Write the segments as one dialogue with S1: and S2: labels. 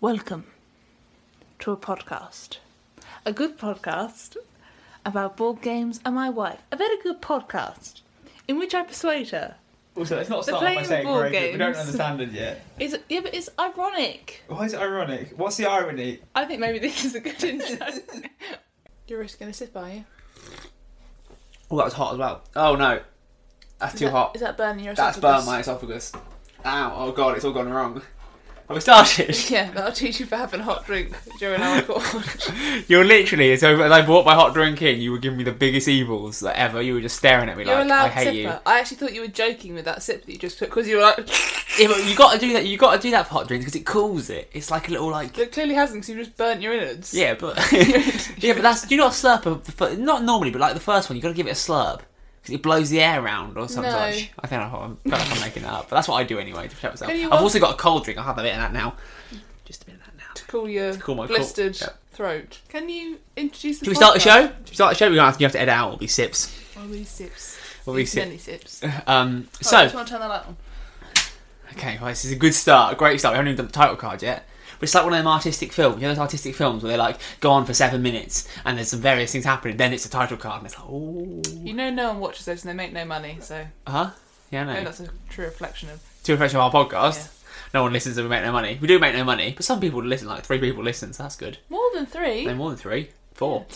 S1: Welcome to a podcast. A good podcast about board games and my wife. A very good podcast in which I persuade her.
S2: Also, let's not
S1: They're
S2: start off by
S1: playing
S2: saying
S1: board
S2: very good. We don't
S1: games.
S2: understand it yet.
S1: It's, yeah, but it's ironic.
S2: Why is it ironic? What's the irony?
S1: I think maybe this is a good intro. You're just going to sit by you.
S2: Oh, that was hot as well. Oh no, that's too hot.
S1: Is that burning your
S2: That's burnt my esophagus. Ow! Oh god, it's all gone wrong. Have we started?
S1: Yeah, that'll teach you for having a hot drink during alcohol.
S2: You're literally so. As I brought my hot drink in, you were giving me the biggest evils like, ever. You were just staring at me
S1: You're a
S2: like,
S1: loud
S2: "I hate
S1: sipper.
S2: you."
S1: I actually thought you were joking with that sip that you just took because you were like,
S2: Yeah, but you got to do that. You got to do that for hot drinks because it cools it. It's like a little like
S1: it clearly hasn't because you just burnt your innards.
S2: Yeah, but yeah, but that's you're not slurp. of the fir- Not normally, but like the first one, you got to give it a slurp because it blows the air around or something.
S1: No.
S2: such. I think I'm, I'm, I feel like I'm making that up, but that's what I do anyway to protect myself.
S1: Can you
S2: I've
S1: al-
S2: also got a cold drink. I'll have a bit of that now. Just a bit of that now.
S1: To cool your
S2: cool my cool-
S1: blistered
S2: yeah.
S1: throat. Can you introduce the
S2: Should we start the
S1: podcast?
S2: show? Should we start the show? We're gonna have to, you have to edit out all these sips.
S1: All these sips.
S2: All these
S1: These
S2: sips.
S1: Many sips.
S2: Um,
S1: So, I just
S2: so
S1: want to turn that light on.
S2: okay, well, this is a good start, a great start. We haven't even done the title card yet. But it's like one of them artistic films, you know those artistic films where they like go on for seven minutes and there's some various things happening. Then it's a title card and it's like, oh,
S1: You know, no one watches those and they make no money, so
S2: huh? Yeah, I know.
S1: I think that's a true reflection of.
S2: to refresh on our podcast.
S1: Yeah.
S2: No one listens and we make no money. We do make no money, but some people listen, like three people listen, so that's good.
S1: More than three.
S2: No more than three, four.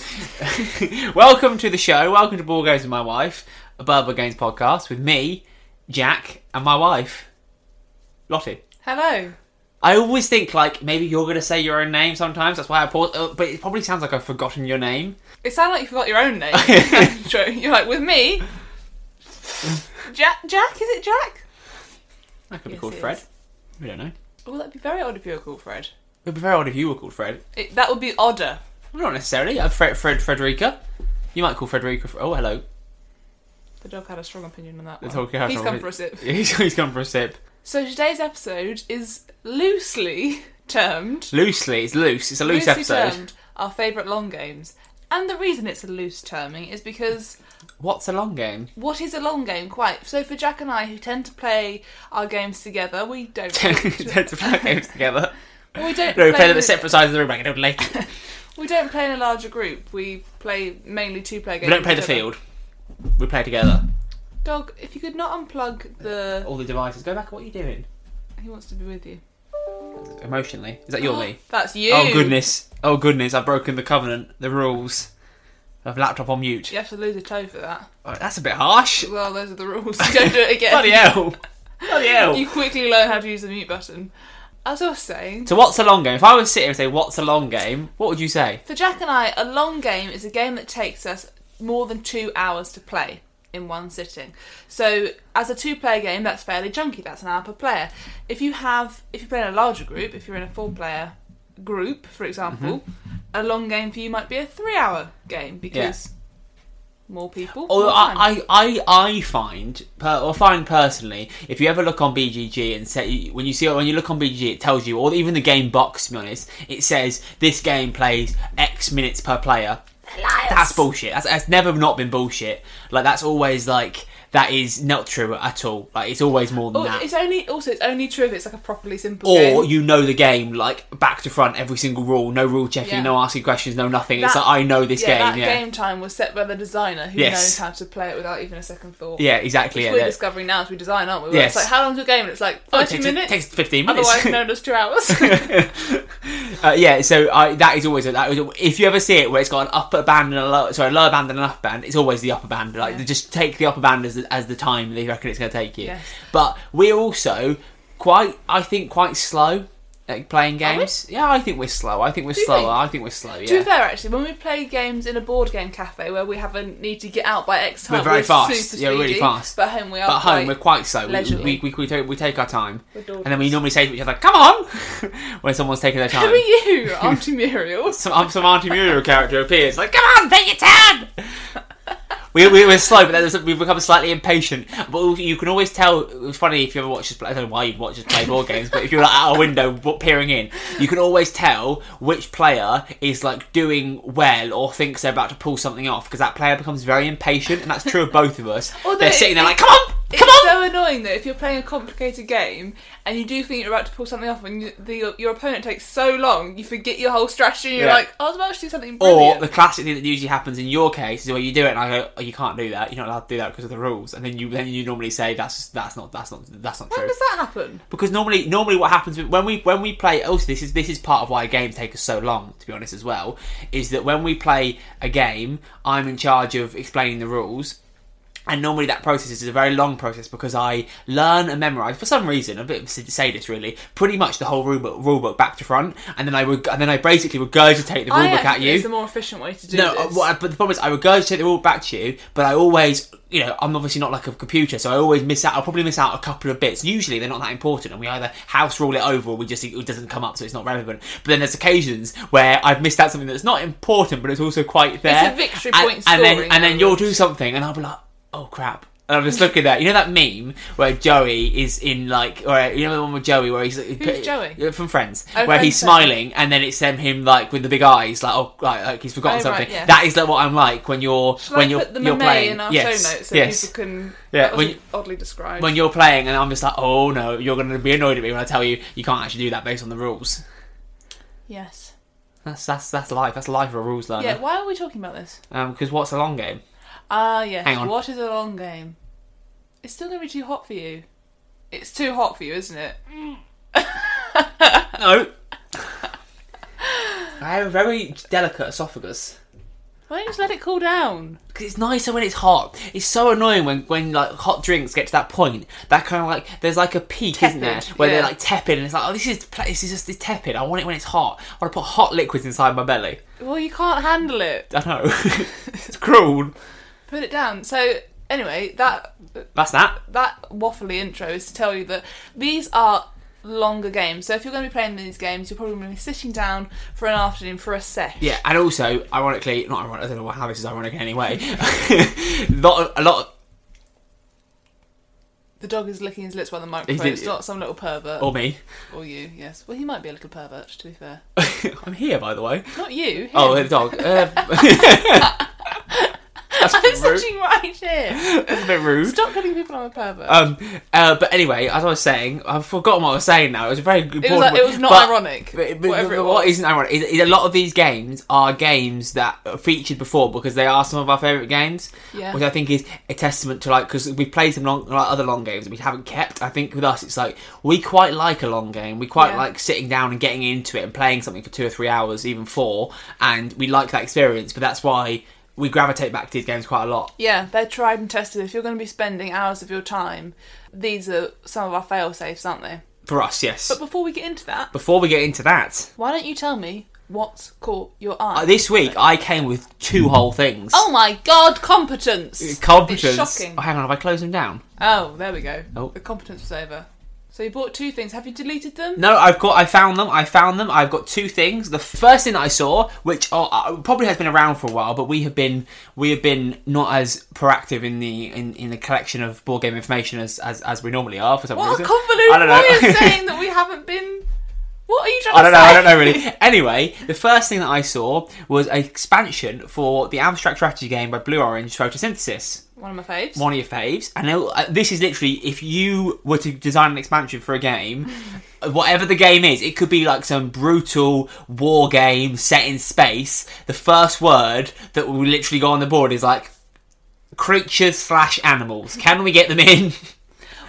S2: Welcome to the show. Welcome to Ball Games with My Wife, a Berber Games podcast with me, Jack, and my wife, Lottie.
S1: Hello.
S2: I always think, like, maybe you're going to say your own name sometimes, that's why I pause, uh, but it probably sounds like I've forgotten your name.
S1: It sounded like you forgot your own name. Intro. You're like, with me? Jack? Jack? Is it Jack?
S2: I could be
S1: Yes,
S2: called
S1: it
S2: Fred.
S1: is.
S2: We don't know. It
S1: Oh, that'd be very odd if you were called Fred.
S2: would be very odd if you were called Fred.
S1: It, that would be odder.
S2: Not necessarily. I'm Fred, Fred, Frederica. You might call Frederica. Fr- Oh, hello.
S1: The dog had a strong opinion on that
S2: The
S1: one.
S2: dog had a
S1: He's
S2: strong
S1: come
S2: opi-
S1: for a sip.
S2: he's, he's gone for a sip.
S1: So today's episode is loosely termed.
S2: Loosely, it's loose. It's a loose
S1: loosely
S2: episode.
S1: termed our favourite long games. And the reason it's a loose terming is because
S2: What's a long game?
S1: what is a long game quite? So for Jack and I, who tend to play our games together, we don't.
S2: Tend to play games together.
S1: we don't.
S2: No, we play them
S1: in-
S2: at separate sides of the room. Like I don't play.
S1: We don't play in a larger group. We play mainly two-player
S2: We
S1: games.
S2: don't play the
S1: with each other.
S2: field. We play together.
S1: Dog, if you could not unplug the.
S2: All the devices. Go back. What are you doing?
S1: He wants to be with you.
S2: Emotionally, is that your me?
S1: That's you.
S2: Oh goodness! Oh goodness! I've broken the covenant, the rules of laptop on mute.
S1: You have to lose a toe for that.
S2: Oh, that's a bit harsh.
S1: Well, those are the rules. You don't do it again.
S2: Bloody hell! Bloody hell!
S1: You quickly learn how to use the mute button. As I was saying,
S2: So what's a long game? If I was sitting here and say what's a long game, what would you say?
S1: for Jack and I, a long game is a game that takes us more than two hours to play in one sitting. So as a two-player game, that's fairly chunky. That's an hour per player. If you have, if you play in a larger group, if you're in a four-player group, for example,
S2: Mm-hmm.
S1: a long game for you might be a three-hour game because more people.
S2: Although
S1: more time.
S2: I, I, I, I find, per, or find personally, if you ever look on BGG and say when you see when you look on BGG, it tells you, or even the game box. To be honest, it says this game plays X minutes per player. That's bullshit. That's, that's never not been bullshit. Like that's always like that is not true at all. Like it's always more than
S1: Oh,
S2: that.
S1: it's only also it's only true if it's like a properly simple game.
S2: Or you know the game like back to front, every single rule, no rule checking,
S1: Yeah.
S2: no asking questions, no nothing. it's
S1: That-
S2: like I know this
S1: yeah,
S2: game.
S1: that
S2: Yeah,
S1: game time was set by the designer who
S2: Yes.
S1: knows how to play it without even a second thought.
S2: yeah, exactly. Yeah,
S1: We're
S2: that-
S1: discovering now as we design, aren't we? We're-
S2: Yes.
S1: It's like how long's your game? And it's like
S2: Oh, it
S1: thirty
S2: takes,
S1: minutes.
S2: takes fifteen minutes.
S1: otherwise known as two hours.
S2: Uh, yeah, so I, that is always that. Is, if you ever see it where it's got an upper band and a lower, sorry, a lower band and an upper band, it's always the upper band. Like
S1: Yeah.
S2: they just take the upper band as the, as the time they reckon it's going to take you.
S1: Yes.
S2: But we're also quite, I think, quite slow at playing
S1: Are we?
S2: games. Yeah, I think we're slow. I think we're
S1: you
S2: slower.
S1: think?
S2: I think we're slow.
S1: To be
S2: Yeah,
S1: fair, actually, when we play games in a board game cafe where we have a need to get out by X time,
S2: We're very fast.
S1: super
S2: Yeah, we're really
S1: speedy,
S2: fast.
S1: But at home we are.
S2: but at home we're quite slow. We,
S1: leisurely.
S2: we, we, we, take, we take our time,
S1: We're
S2: and
S1: dawdlers.
S2: then we normally say to each other, "Come on!" when someone's taking their
S1: Who
S2: time.
S1: are you, Auntie Muriel?
S2: some, um, some Auntie Muriel character appears, like, come on, take your time! we, we, we're slow, but then there's- we become slightly impatient. But you can always tell, it's funny if you ever watch us play, I don't know why you'd watch us play board games, but if you're like out a window w- peering in, you can always tell which player is like doing well or thinks they're about to pull something off, because that player becomes very impatient, and that's true of both of us.
S1: Although
S2: they're
S1: it-
S2: sitting there like, come on!
S1: It's
S2: on!
S1: so annoying though if you're playing a complicated game and you do think you're about to pull something off and you, the, your, your opponent takes so long you forget your whole strategy and you're
S2: Yeah.
S1: like "Oh, I was about to do something
S2: Or
S1: brilliant
S2: the classic thing that usually happens in your case is where you do it and I go, oh, you can't do that. You're not allowed to do that because of the rules. And then you then you normally say that's that's not that's not that's not
S1: when
S2: true.
S1: does that happen
S2: Because normally, normally what happens with- when we when we play also this is this is part of why games take us so long to be honest as well is that when we play a game, I'm in charge of explaining the rules. And normally that process is a very long process because I learn and memorise for some reason a bit of a sadist really pretty much the whole rule book, rule book back to front and then I reg- and then I basically regurgitate the rule
S1: I
S2: book at
S1: actually
S2: you
S1: think it's the more efficient way to do
S2: no,
S1: this
S2: uh, what I- but the problem is I regurgitate the rule back to you, but I always, you know, I'm obviously not like a computer, so I always miss out. I'll probably miss out a couple of bits. Usually they're not that important, and we either house rule it over or we just it doesn't come up, so it's not relevant. But then there's occasions where I've missed out something that's not important, but it's also quite there.
S1: a victory
S2: and,
S1: point
S2: and then
S1: scoring
S2: and then you'll
S1: moment.
S2: do something, and I'll be like, oh crap. And I'm just looking at you know that meme where Joey is in like or uh, you know the one with Joey where he's who's
S1: Joey?
S2: from Friends
S1: Oh,
S2: where he's
S1: Friends, sorry.
S2: smiling and then it's them him like with the big eyes like oh like, like he's forgotten
S1: Oh,
S2: something
S1: right, yeah.
S2: that is like what I'm like when you're
S1: Shall
S2: when
S1: I
S2: you're
S1: put the
S2: you're
S1: meme
S2: playing
S1: in our
S2: yes
S1: show notes so
S2: yes
S1: people can
S2: Yeah,
S1: that
S2: when
S1: was oddly described
S2: when you're playing and I'm just like oh no you're gonna be annoyed at me when I tell you you can't actually do that based on the rules
S1: yes
S2: that's that's that's life that's life of a rules
S1: yeah
S2: learner
S1: why are we talking about this
S2: because what's a long game
S1: Ah, yes.
S2: Hang on.
S1: What is a long game? It's still going to be too hot for you. It's too hot for you, isn't it?
S2: no I have a very delicate esophagus.
S1: Why don't you just let it cool down?
S2: Cause it's nicer when it's hot. It's so annoying when, when like hot drinks get to that point. That kind of like there's like a peak, isn't there,
S1: Tepid,
S2: where they're
S1: yeah.
S2: like tepid, and it's like oh this is pla- this is just it's tepid. I want it when it's hot. I want to put hot liquids inside my belly.
S1: Well, you can't handle it.
S2: I know it's cruel.
S1: Put it down. So, anyway, that
S2: That's that.
S1: that waffly intro is to tell you that these are longer games. So, if you're going to be playing these games, you're probably going to be sitting down for an afternoon for a set.
S2: Yeah, and also ironically, not ironic. I don't know how this is ironic anyway. lot a lot.
S1: The dog is licking his lips while the
S2: He
S1: microphone.
S2: did-
S1: It's not some little pervert.
S2: Or me.
S1: Or you, yes. Well, he might be a little pervert, to be fair.
S2: I'm here, by the way.
S1: Not you. Him.
S2: Oh, the dog. Uh, that's, a
S1: I'm
S2: bit rude.
S1: sitting right here.
S2: that's a bit rude.
S1: Stop telling people I'm a pervert.
S2: Um, uh, but anyway, as I was saying, I've forgotten what I was saying now. It was a very good
S1: It was, like, it was not ironic.
S2: But, but-
S1: whatever
S2: but
S1: it
S2: what
S1: was.
S2: isn't ironic is, is a lot of these games are games that are featured before because they are some of our favourite games,
S1: Yeah.
S2: which I think is a testament to like because we've played some long, like other long games that we haven't kept. I think with us, it's like we quite like a long game. We quite
S1: Yeah.
S2: like sitting down and getting into it and playing something for two or three hours, even four, and we like that experience. But that's why we gravitate back to these games quite a lot.
S1: yeah, they're tried and tested. If you're going to be spending hours of your time, these are some of our fail safes, aren't they?
S2: For us, yes.
S1: But before we get into that,
S2: before we get into that.
S1: why don't you tell me what's caught your
S2: Uh,
S1: eye?
S2: This week I came with two whole things.
S1: oh my god, competence!
S2: Uh, competence.
S1: It's shocking.
S2: Oh, hang on, have I closed them down?
S1: Oh, there we go.
S2: Oh.
S1: The competence was over. So you bought two things. Have you deleted them?
S2: No, I've got. I found them. I found them. I've got two things. The first thing that I saw, which are, uh, probably has been around for a while, but we have been we have been not as proactive in the in, in the collection of board game information as, as as we normally are for some
S1: What a
S2: reason.
S1: convoluted
S2: I don't know.
S1: way of saying that we haven't been. What are you trying
S2: I don't
S1: to
S2: know.
S1: say?
S2: I don't know really. Anyway, the first thing that I saw was an expansion for the abstract strategy game by Blue Orange, Photosynthesis.
S1: One of my faves.
S2: one of your faves. And it'll- uh, this is literally if you were to design an expansion for a game, whatever the game is, it could be like some brutal war game set in space. The first word that will literally go on the board is like creatures slash animals. Can we get them in?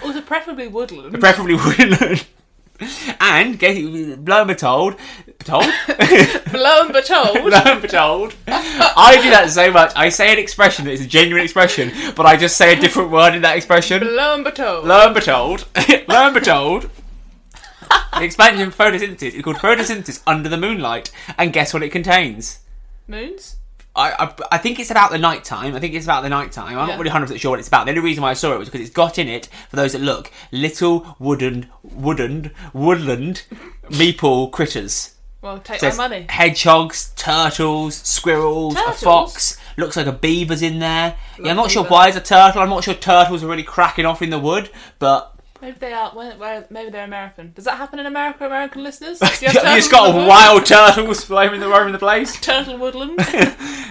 S1: Also, preferably woodland.
S2: Preferably woodland. And guess, lo and behold, told,
S1: Lo and behold.
S2: lo and behold, I do that so much. I say an expression that is a genuine expression, but I just say a different word in that expression.
S1: Lo and behold.
S2: Lo and behold, lo and behold, the expansion of photosynthesis is called Photosynthesis Under the Moonlight, and guess what it contains?
S1: Moons?
S2: I, I, I think it's about the night time. I think it's about the night time. I'm
S1: Yeah.
S2: not really 100% sure what it's about. The only reason why I saw it was because it's got in it, for those that look, little wooden, wooden, woodland meeple critters.
S1: Well, take
S2: There's
S1: my money.
S2: hedgehogs, turtles, squirrels,
S1: Turtles?
S2: a fox. Looks like a beaver's in there. yeah, I'm not sure
S1: beaver.
S2: why it's a turtle. I'm not sure turtles are really cracking off in the wood, but
S1: Maybe they are. Where, where, maybe they're American. Does that happen in America? American listeners? Do
S2: you
S1: have turtles
S2: just
S1: in
S2: got
S1: the wood?
S2: wild turtles roaming the roaming the place.
S1: turtle woodland.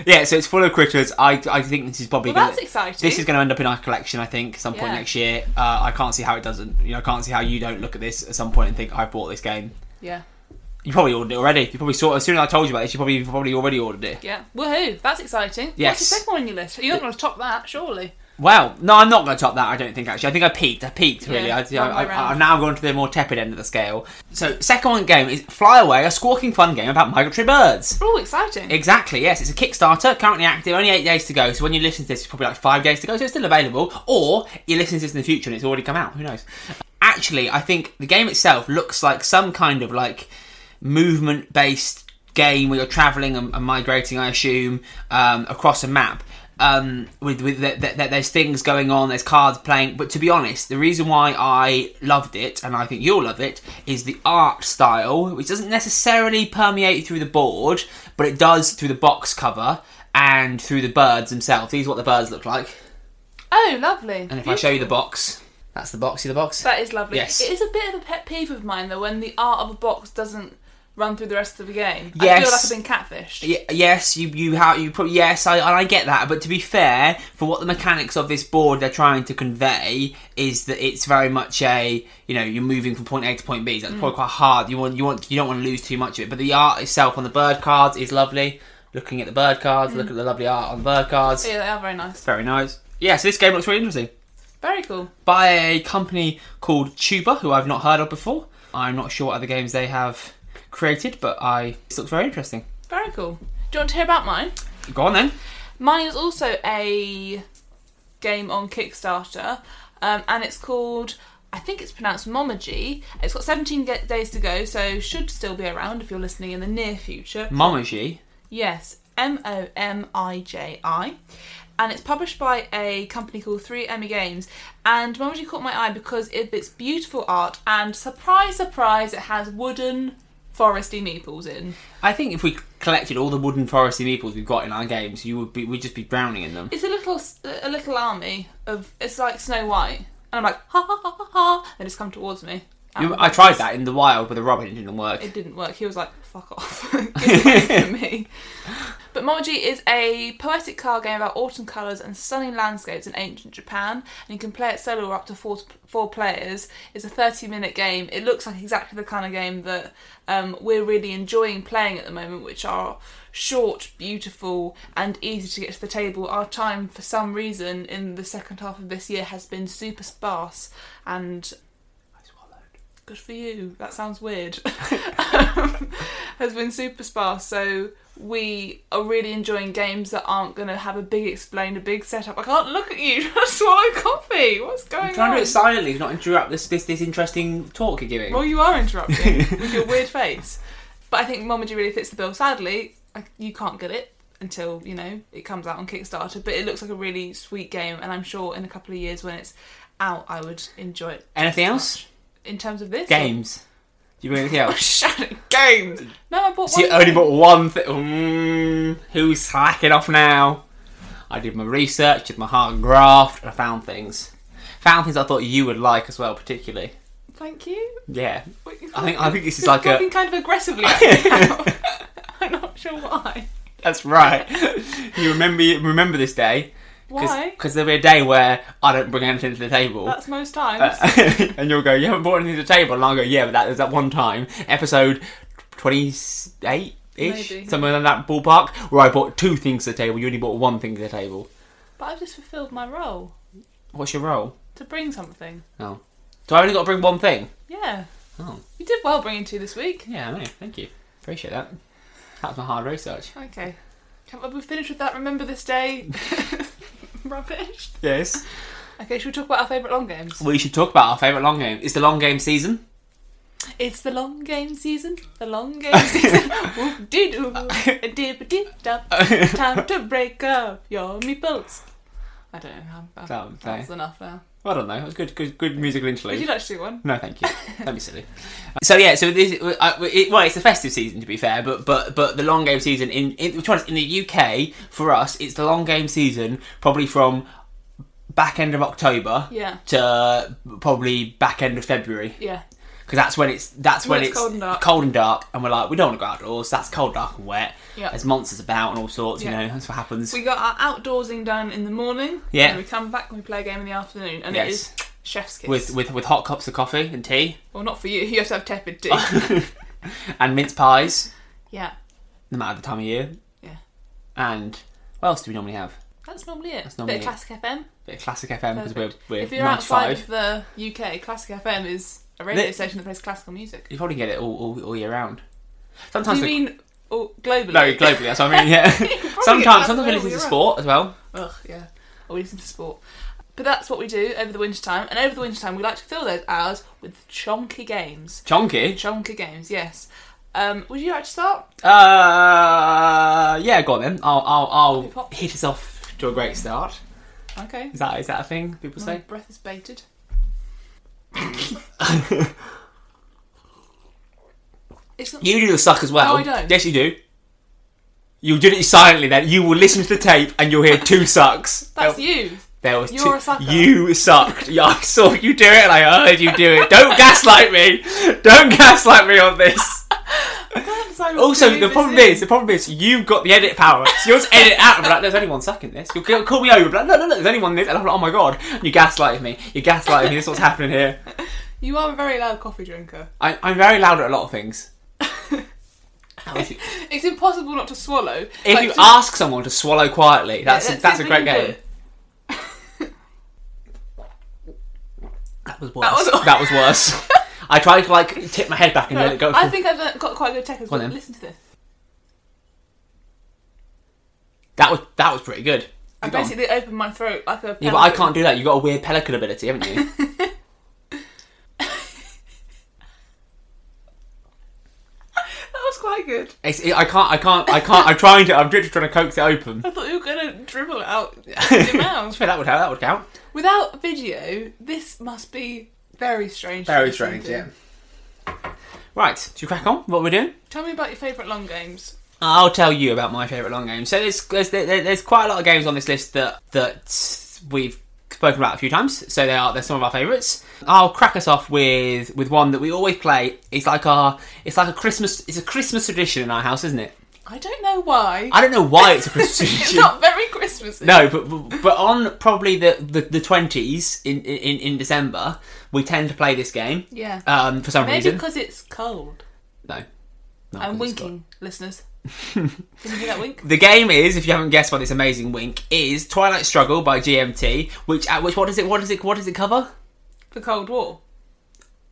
S2: Yeah, so it's full of critters. I, I think this is probably
S1: Well,
S2: gonna-
S1: that's exciting.
S2: this is going to end up in our collection. I think some point
S1: Yeah.
S2: next year. Uh, I can't see how it doesn't. You know, I can't see how you don't look at this at some point and think I bought this game.
S1: yeah,
S2: You probably ordered it already. You probably saw it as soon as I told you about this. You probably you probably already ordered it.
S1: yeah. Woohoo! That's exciting.
S2: Yes.
S1: What's the second one on your list? You're not going to top that, surely.
S2: Well, no, I'm not going to top that. I don't think actually. I think I peaked. I peaked really.
S1: Yeah,
S2: I,
S1: wrong way
S2: I, I,
S1: round.
S2: I'm now going to the more tepid end of the scale. So second one game is Fly Away, a squawking fun game about migratory birds.
S1: Oh, exciting.
S2: Exactly, yes. It's a Kickstarter, currently active, only eight days to go. So when you listen to this, it's probably like five days to go, so it's still available. Or you listen to this in the future and it's already come out. Who knows? Actually, I think the game itself looks like some kind of like movement based game where you're traveling and, and migrating, I assume, um, across a map. Um, with with that that that there's things going on, there's cards playing. But to be honest, the reason why I loved it, and I think you'll love it, is the art style, which doesn't necessarily permeate through the board, but it does through the box cover and through the birds themselves. These are what the birds look like.
S1: oh, lovely.
S2: And if I show you the box, that's the box. See the box?
S1: That is lovely.
S2: Yes.
S1: It is a bit of a pet peeve of mine though when the art of a box doesn't run through the rest of the game. I feel like I've
S2: Yes.
S1: been catfished.
S2: Y- yes, you you how you put yes, I and I get that, but to be fair, for what the mechanics of this board they're trying to convey is that it's very much a you know you're moving from point A to point B. That's probably quite hard. You want you want you don't want to lose too much of it. But the art itself on the bird cards is lovely. Looking at the bird cards, look at the lovely art on the bird cards.
S1: Yeah, they are very nice.
S2: Very nice. Yeah, so this game looks really interesting
S1: Very cool.
S2: by a company called Tuba, who I've not heard of before. I'm not sure what other games they have created, but I this looks very interesting.
S1: Very cool. Do you want to hear about mine?
S2: Go on then.
S1: Mine is also a game on Kickstarter, um, and it's called. I think it's pronounced Momagy. It's got 17 ge- days to go, so should still be around if you're listening in the near future.
S2: Momaji.
S1: Yes, M O M I J I. And it's published by a company called 3M Games. And Momagy caught my eye because of its beautiful art, and surprise, surprise, it has wooden foresty meeples in.
S2: I think if we collected all the wooden foresty meeples we've got in our games, you would be we'd just be drowning in them.
S1: It's a little a little army of it's like Snow White, and I'm like ha ha ha ha, ha and it's come towards me.
S2: You- I tried that in the wild with a robin, it didn't work.
S1: It didn't work. He was like fuck off, get away from me. But Momoji is a poetic card game about autumn colours and stunning landscapes in ancient Japan, and you can play it solo or up to four, four players. It's a 30 minute game. It looks like exactly the kind of game that um, we're really enjoying playing at the moment, which are short, beautiful, and easy to get to the table. Our time, for some reason, in the second half of this year has been super sparse, and good for you. That sounds weird. um, has been super sparse, so we are really enjoying games that aren't going to have a big explain, a big setup. I can't look at you. trying to swallow coffee. What's going
S2: I'm trying to
S1: on?
S2: do it silently, not interrupt this this, this interesting talk you're giving.
S1: well, you are interrupting with your weird face. But I think Momagy really fits the bill. Sadly, I, you can't get it until you know it comes out on Kickstarter. But it looks like a really sweet game, and I'm sure in a couple of years when it's out, I would enjoy it.
S2: Anything else?
S1: In terms of this
S2: Games. Do you bring anything
S1: Oh,
S2: else?
S1: shit, games. No, I bought
S2: So you
S1: one.
S2: only
S1: game.
S2: bought one thing. Mm, who's slacking off now? I did my research, did my hard graft, and I found things. Found things I thought you would like as well, particularly.
S1: Thank you.
S2: Yeah,
S1: What-
S2: I think I think this is
S1: You're
S2: like a
S1: talking kind of aggressively. right now. I'm not sure why.
S2: That's right. you remember remember this day.
S1: Why?
S2: Because there'll be a day where I don't bring anything to the table.
S1: That's most times.
S2: Oh. Uh, and you'll go, you haven't brought anything to the table, and I'll go, yeah, but that was that one time, episode twenty-eight
S1: Maybe.
S2: ish, somewhere in that ballpark, where I bought two things to the table. You only bought one thing to the table.
S1: but I've just fulfilled my role
S2: What's your role?
S1: to bring something.
S2: Oh, so I only got to bring one thing.
S1: Yeah.
S2: Oh,
S1: You did well bringing two this week.
S2: yeah, I know. Thank you. Appreciate that. That was my hard research.
S1: Okay. Have we finished with that? Remember this day? Rubbish.
S2: Yes.
S1: Okay, should we talk about our favourite long games?
S2: We should talk about our favourite long game. It's the long game season.
S1: It's the long game season. The long game season. Whoop dee doo. Dip dip dub. Time to break up your meeples. I don't know how. That,
S2: That-
S1: Oh, that's enough now.
S2: I don't know. It was good, good, good musical interlude.
S1: Would you like to do one?
S2: No, thank you. Don't be silly. So yeah, so this uh, it, well, it's the festive season to be fair, but but but the long game season in in, to be honest, in the UK for us, it's the long game season probably from back end of October
S1: Yeah.
S2: to probably back end of February
S1: Yeah.
S2: because that's when it's that's
S1: When
S2: when,
S1: it's
S2: it's,
S1: cold and dark.
S2: cold and dark, and we're like we don't want to go outdoors. That's cold, dark, and wet.
S1: Yeah.
S2: There's monsters about and all sorts.
S1: Yeah.
S2: You know that's what happens.
S1: We got our outdoorsing done in the morning.
S2: Yeah.
S1: And we come back and we play a game in the afternoon, and it is
S2: Yes.
S1: chef's kiss.
S2: with with with hot cups of coffee and tea
S1: well, not for you. You have to have tepid tea.
S2: and mince pies,
S1: yeah.
S2: no matter the time of year.
S1: Yeah.
S2: And what else do we normally have?
S1: That's normally it. That's
S2: normally
S1: Bit
S2: it.
S1: of classic FM.
S2: bit of classic FM because we're
S1: Perfect.
S2: we're
S1: if you're
S2: ninety
S1: outside
S2: five.
S1: of the UK, Classic FM is a radio
S2: Lit-
S1: station that plays classical music.
S2: You probably get it all, all, all year round.
S1: Do
S2: Sometimes
S1: you
S2: we-
S1: mean oh, globally?
S2: no, globally. That's what I mean. Yeah.
S1: probably
S2: sometimes
S1: get
S2: sometimes we
S1: that
S2: listen to
S1: all year
S2: sport as well.
S1: Ugh, yeah. Or we listen to sport. But that's what we do over the winter time, and over the winter time we like to fill those hours with chonky games.
S2: Chonky.
S1: Chonky games, yes. Um, would you like to start?
S2: Uh, yeah. Go on then. I'll I'll, I'll
S1: Lollipop.
S2: hit us off to a great start.
S1: Okay.
S2: Is that is that a thing people
S1: My
S2: say?
S1: breath is baited. it's not
S2: You do the suck as well.
S1: No, I don't.
S2: Yes, you do. You did it silently. Then you will listen to the tape and you'll hear two sucks.
S1: that's
S2: There-
S1: you.
S2: There was
S1: You're
S2: two.
S1: a sucker.
S2: You sucked. Yeah, I saw you do it and I heard you do it. Don't gaslight me. Don't gaslight me on this. Also, the problem is, the problem is, you've got the edit power. So you'll just edit out and be like, there's only one suck in this. You'll c- call me over and be like, no, no, no, there's only one in this. And I'm like, oh my god, you gaslighted me. You gaslighted me. This is what's happening here.
S1: you are a very loud coffee drinker.
S2: I, I'm very loud at a lot of things. if
S1: It's impossible not to swallow. Like,
S2: you
S1: just-
S2: ask someone to swallow quietly, that's
S1: let's see
S2: that's a
S1: if we
S2: great
S1: can do
S2: game.
S1: it.
S2: That was worse.
S1: That was-
S2: That was, worse. I tried to like tip my head back and let it go.
S1: I
S2: for-
S1: think I've uh, got quite a good tech as
S2: Go on
S1: well.
S2: then.
S1: Listen to this.
S2: that was that was pretty good.
S1: I
S2: Go on.
S1: basically opened my throat like a.
S2: Yeah, but I can't do that. You've got a weird pelican ability, haven't you?
S1: That was quite good.
S2: It's, it, I can't. I can't. I can't. I'm trying to. I'm literally trying to coax it open.
S1: I thought you were gonna dribble it out your mouth.
S2: that would help. That would count.
S1: Without video, this must be very strange. to listen to.
S2: Right. Should we crack on? What we're doing?
S1: Tell me about your favourite long games.
S2: I'll tell you about my favourite long game. So there's, there's there- there's quite a lot of games on this list that that we've spoken about a few times. So they are they're some of our favourites. I'll crack us off with with one that we always play. It's like our it's like a Christmas it's a Christmas tradition in our house, isn't it?
S1: I don't know why.
S2: I don't know why it's a Christmas tradition.
S1: it's not very Christmassy.
S2: No, but but on probably the the- the twenties in, in in December, we tend to play this game.
S1: Yeah.
S2: Um, for some
S1: Maybe
S2: reason,
S1: because it's cold.
S2: no. No, 'cause
S1: I'm
S2: it's
S1: winking, listeners. Can you hear that wink?
S2: got- The game is, if you haven't guessed by this amazing wink, is Twilight Struggle by GMT. Which at which what is it? What is it? What does it cover?
S1: The Cold War.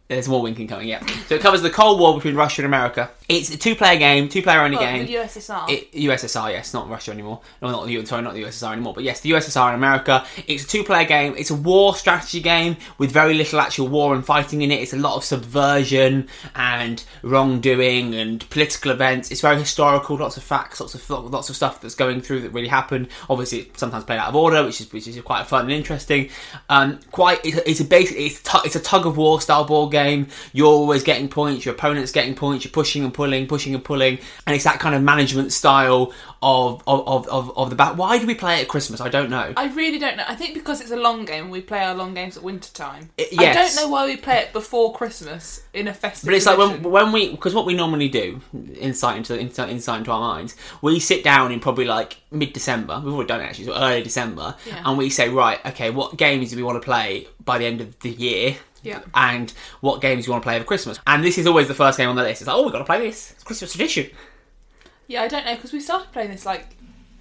S2: There's more winking coming. Yeah. So it covers the Cold War between Russia and America. It's a two-player game, two-player only
S1: Well,
S2: game.
S1: the USSR.
S2: it, USSR, yes, not Russia anymore. No, not the U- sorry, not the USSR anymore. But yes, the USSR in America. It's a two-player game. It's a war strategy game with very little actual war and fighting in it. It's a lot of subversion and wrongdoing and political events. It's very historical. Lots of facts. Lots of lots of stuff that's going through that really happened. Obviously, it's sometimes played out of order, which is which is quite fun and interesting. Um, quite. It's a, it's a basic. It's, tu- it's a tug of war style board game. You're always getting points. Your opponent's getting points. You're pushing and pulling, pushing and pulling, and it's that kind of management style of of of of, of the bat. Why do we play it at Christmas? I don't know.
S1: I really don't know. I think because it's a long game, we play our long games at winter time.
S2: I-
S1: I don't
S2: yes.
S1: know why we play it before Christmas in a festive.
S2: But it's like when,
S1: tradition.
S2: when we because what we normally do insight into insight, insight into our minds we sit down in probably like mid December we've already done it actually so early December
S1: Yeah.
S2: and we say right okay what games do we want to play by the end of the year
S1: Yeah.
S2: and what games do you want to play over Christmas and this is always the first game on the list it's like oh we've got to play this it's Christmas tradition
S1: yeah, I don't know because we started playing this like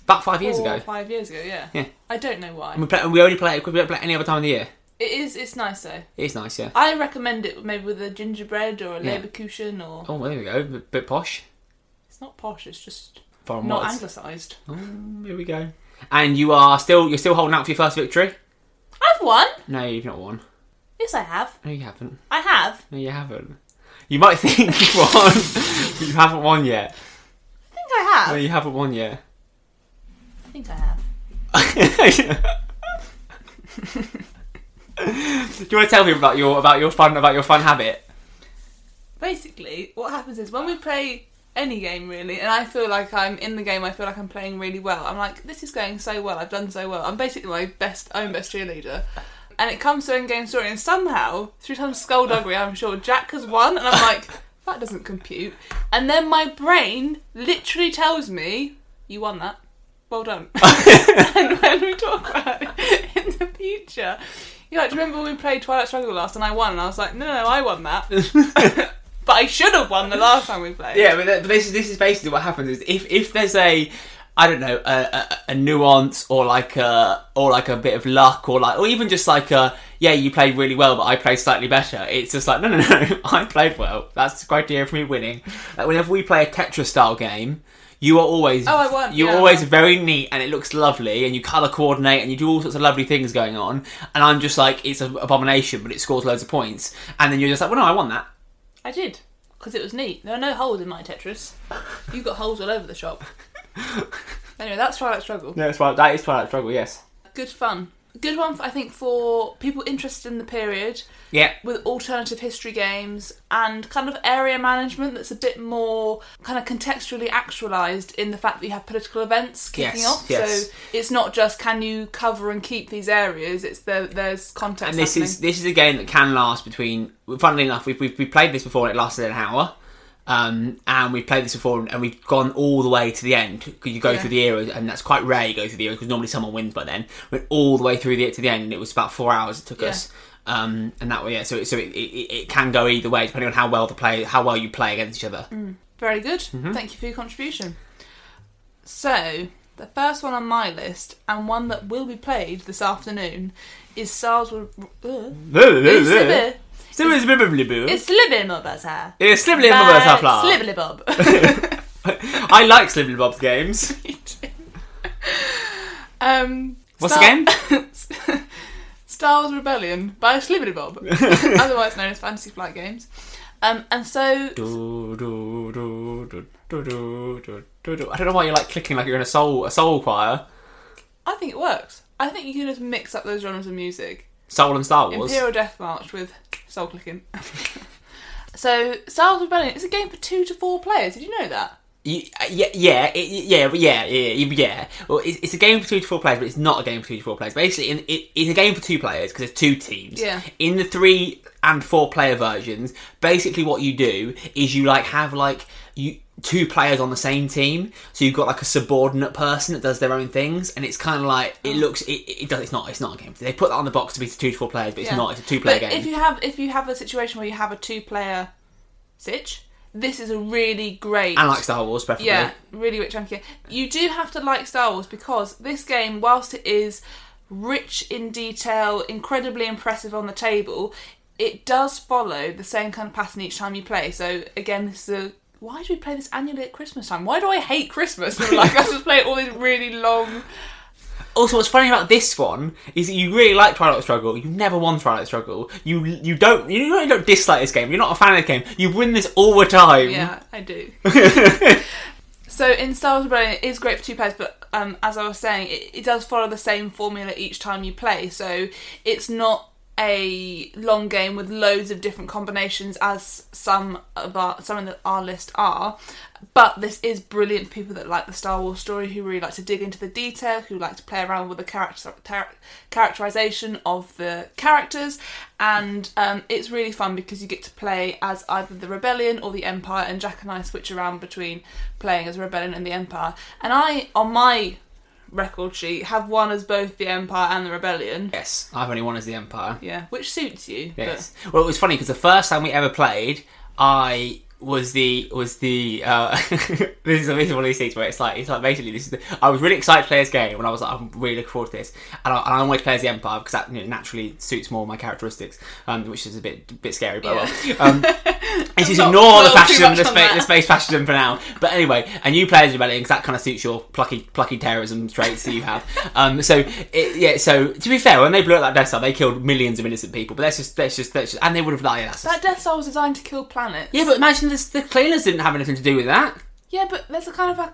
S2: about five years
S1: four
S2: ago
S1: or five years ago. Yeah.
S2: Yeah.
S1: I don't know why.
S2: we play we only play it we don't play it any other time of the year
S1: It is. It's nice though.
S2: it's nice yeah
S1: I recommend it maybe with a gingerbread or a
S2: Yeah.
S1: Leberkuchen or
S2: oh well, there we go a bit posh
S1: it's not posh. It's just
S2: foreign
S1: not
S2: words
S1: anglicised.
S2: Mm, here we go and you are still you're still holding out for your first victory
S1: I've won.
S2: no you've not won
S1: Yes, I have.
S2: no you haven't
S1: I have.
S2: No, you haven't. You might think you've won. but you haven't won yet.
S1: I think I have.
S2: No, you haven't won yet.
S1: I think I have.
S2: Do you want to tell me about your about your fun about your fun habit?
S1: Basically, what happens is when we play any game really. And I feel like I'm in the game. I feel like I'm playing really well. I'm like, this is going so well. I've done so well. I'm basically my best, own best cheerleader. And it comes to end game story, and somehow through some skullduggery, I'm sure Jack has won. And I'm like, that doesn't compute. And then my brain literally tells me, you won that. Well done. and when we talk about it in the future, you're like, do you remember when we played Twilight Struggle last and I won? And I was like, no, no, no I won that. but I should have won the last time we played.
S2: Yeah, but, that, but this is this is basically what happens is if if there's a I don't know a, a, a nuance or like a or like a bit of luck or like or even just like a yeah you played really well but I played slightly better. It's just like no no no I played well. That's the criteria for me winning. Like whenever we play a Tetris style game. You are always
S1: Oh, I won,
S2: you're
S1: yeah.
S2: always very neat and it looks lovely and you colour coordinate and you do all sorts of lovely things going on and I'm just like it's an abomination but it scores loads of points and then you're just like well no I won that
S1: I did. Because it was neat. There are no holes in my Tetris. You got holes all over the shop. Anyway, that's Twilight Struggle.
S2: no it's that is Twilight Struggle yes
S1: Good fun. Good one, I think, for people interested in the period
S2: yeah
S1: with alternative history games and kind of area management that's a bit more kind of contextually actualized in the fact that you have political events kicking
S2: Yes,
S1: off.
S2: yes.
S1: So it's not just can you cover and keep these areas; it's there, there's context.
S2: and this
S1: happening.
S2: is this is a game that can last between. Funnily enough, we've we've, we played this before and it lasted an hour, um, and we've played this before and we've gone all the way to the end because you go
S1: Yeah.
S2: through the era and that's quite rare. You go through the era because normally someone wins by then. Went all the way through the to the end and it was about four hours it took
S1: Yeah.
S2: us. Um, and that way, yeah. So, it- so it, it, it can go either way depending on how well the play, how well you play against each other.
S1: Mm. Very good. Thank you for your contribution. So, the first one on my list, and one that will be played this afternoon, is Stars with. Uh, it's Libby. It's
S2: It's
S1: Libby, my buzzer.
S2: Slibbly Bob.
S1: Slibbly Bob.
S2: I like Slibbly Bob's games.
S1: Um,
S2: What's
S1: Star-
S2: the
S1: Stars Rebellion by Slibbity Bob, otherwise known as Fantasy Flight Games. Um, and so,
S2: Do, do, do, do, do, do, do, do, do. I don't know why you're like clicking like you're in a soul a soul choir.
S1: I think it works. I think you can just mix up those genres of music.
S2: Soul and Star Wars.
S1: Imperial Death March with soul clicking. so, Stars Rebellion is a game for two to four players. Did you know that?
S2: You- uh, yeah, yeah, it, yeah, but yeah, yeah, yeah, yeah. Well, it's, it's a game for two to four players, but it's not a game for two to four players. Basically, in, it, it's a game for two players because there's two teams.
S1: Yeah.
S2: In the three and four player versions, basically what you do is you like have like you two players on the same team, so you've got like a subordinate person that does their own things, and it's kind of like
S1: Oh.
S2: it looks. It, it does. It's not. It's not a game. They put that on the box to be for two to four players, but it's
S1: Yeah.
S2: not. It's a two player
S1: But
S2: game.
S1: if you have if you have a situation where you have a two player sitch, this is a really great
S2: and like Star Wars, preferably.
S1: Yeah, really rich chunky. You do have to like Star Wars because this game, whilst it is rich in detail, incredibly impressive on the table, it does follow the same kind of pattern each time you play. So again, this is a why do we play this annually at Christmas time? Why do I hate Christmas? like I just play all these really long.
S2: Also, what's funny about this one is that you really like Twilight Struggle. You never won Twilight Struggle. You you don't you really don't dislike this game. You're not a fan of the game. You win this all the time.
S1: Yeah, I do. so in Star Wars Rebellion, it is great for two players, but um, as I was saying, it, it does follow the same formula each time you play. So it's not a long game with loads of different combinations, as some of our some of our list are. But this is brilliant for people that like the Star Wars story, who really like to dig into the detail, who like to play around with the character tar- characterization of the characters, and um, it's really fun because you get to play as either the Rebellion or the Empire, and Jack and I switch around between playing as Rebellion and the Empire. And I, on my record sheet, have one as both the Empire and the Rebellion.
S2: Yes, I've only won as the Empire.
S1: Yeah, which suits you. but-
S2: Yes. Well, it was funny because the first time we ever played, I was the was the uh, this is this is one of these things where it's like it's like basically this is the, I was really excited to play this game when I was like I'm really looking forward to this and I, and I wanted to play as the Empire because that you know, naturally suits more my characteristics um, which is a bit bit scary but well um, and just
S1: Not-
S2: ignore the
S1: not too
S2: fascism
S1: much
S2: the,
S1: on
S2: spa-
S1: that.
S2: the space fascism for now but anyway and you play as rebellion because that kind of suits your plucky plucky terrorism traits that you have um, so it, yeah so to be fair when they blew up that Death Star they killed millions of innocent people but that's just that's just that's just and they would have like yeah, that's just-
S1: That Death Star was designed to kill planets.
S2: yeah, but imagine this, the cleaners didn't have anything to do with that.
S1: Yeah, but there's a kind of a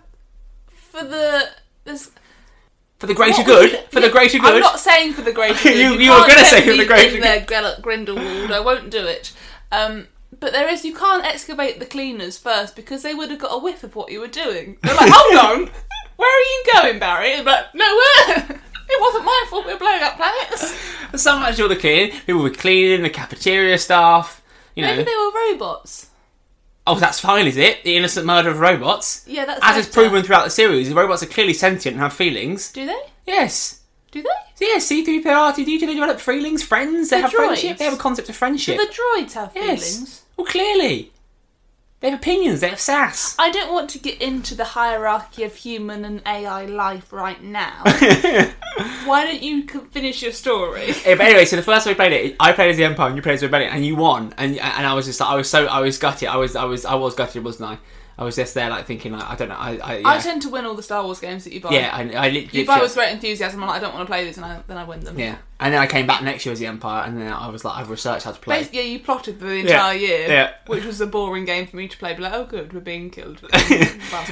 S1: for the there's
S2: For the greater
S1: What
S2: good.
S1: would you-
S2: For the greater good.
S1: I'm not saying for the greater good.
S2: You- you were
S1: can't
S2: gonna
S1: get
S2: say for
S1: me
S2: the greater
S1: in there, Gellert Grindelwald. I won't do it. Um, But there is, you can't excavate the cleaners first because they would have got a whiff of what you were doing. They're like, hold on, where are you going, Barry? And like, nowhere. It wasn't my fault we were blowing up planets.
S2: Some actually were cleaning. People were cleaning the cafeteria staff. You know,
S1: Maybe they were robots.
S2: oh, that's fine, is it? The innocent murder of robots.
S1: Yeah, that's
S2: As is
S1: better.
S2: proven throughout the series, the robots are clearly sentient and have feelings.
S1: Do they?
S2: Yes.
S1: Do they?
S2: So yeah, C3PO, R2D2, they develop feelings, friends, they
S1: The
S2: have friendship,
S1: droids.
S2: they have a concept of friendship.
S1: Do the droids have
S2: yes.
S1: feelings?
S2: Well, clearly. They have opinions, they have sass.
S1: I don't want to get into the hierarchy of human and AI life right now. Why don't you c- finish your story?
S2: Yeah, but anyway, so the first time we played it, I played as the Empire and you played as Rebellion, and you won. And and I was just like, I was so, I was gutted. I was, I was, I was gutted, wasn't I? I was just there, like thinking, like, I don't know, I, I, yeah,
S1: I tend to win all the Star Wars games that you buy.
S2: yeah, I, I lit-
S1: You
S2: literally,
S1: buy with great enthusiasm, I'm like, I don't want to play these, and I, then I win them.
S2: yeah. And then I came back next year as the Empire, and then I was like, I've researched how to play.
S1: Bas- yeah, you plotted the entire year,
S2: yeah.
S1: which was a boring game for me to play. But like, oh, good, we're being killed.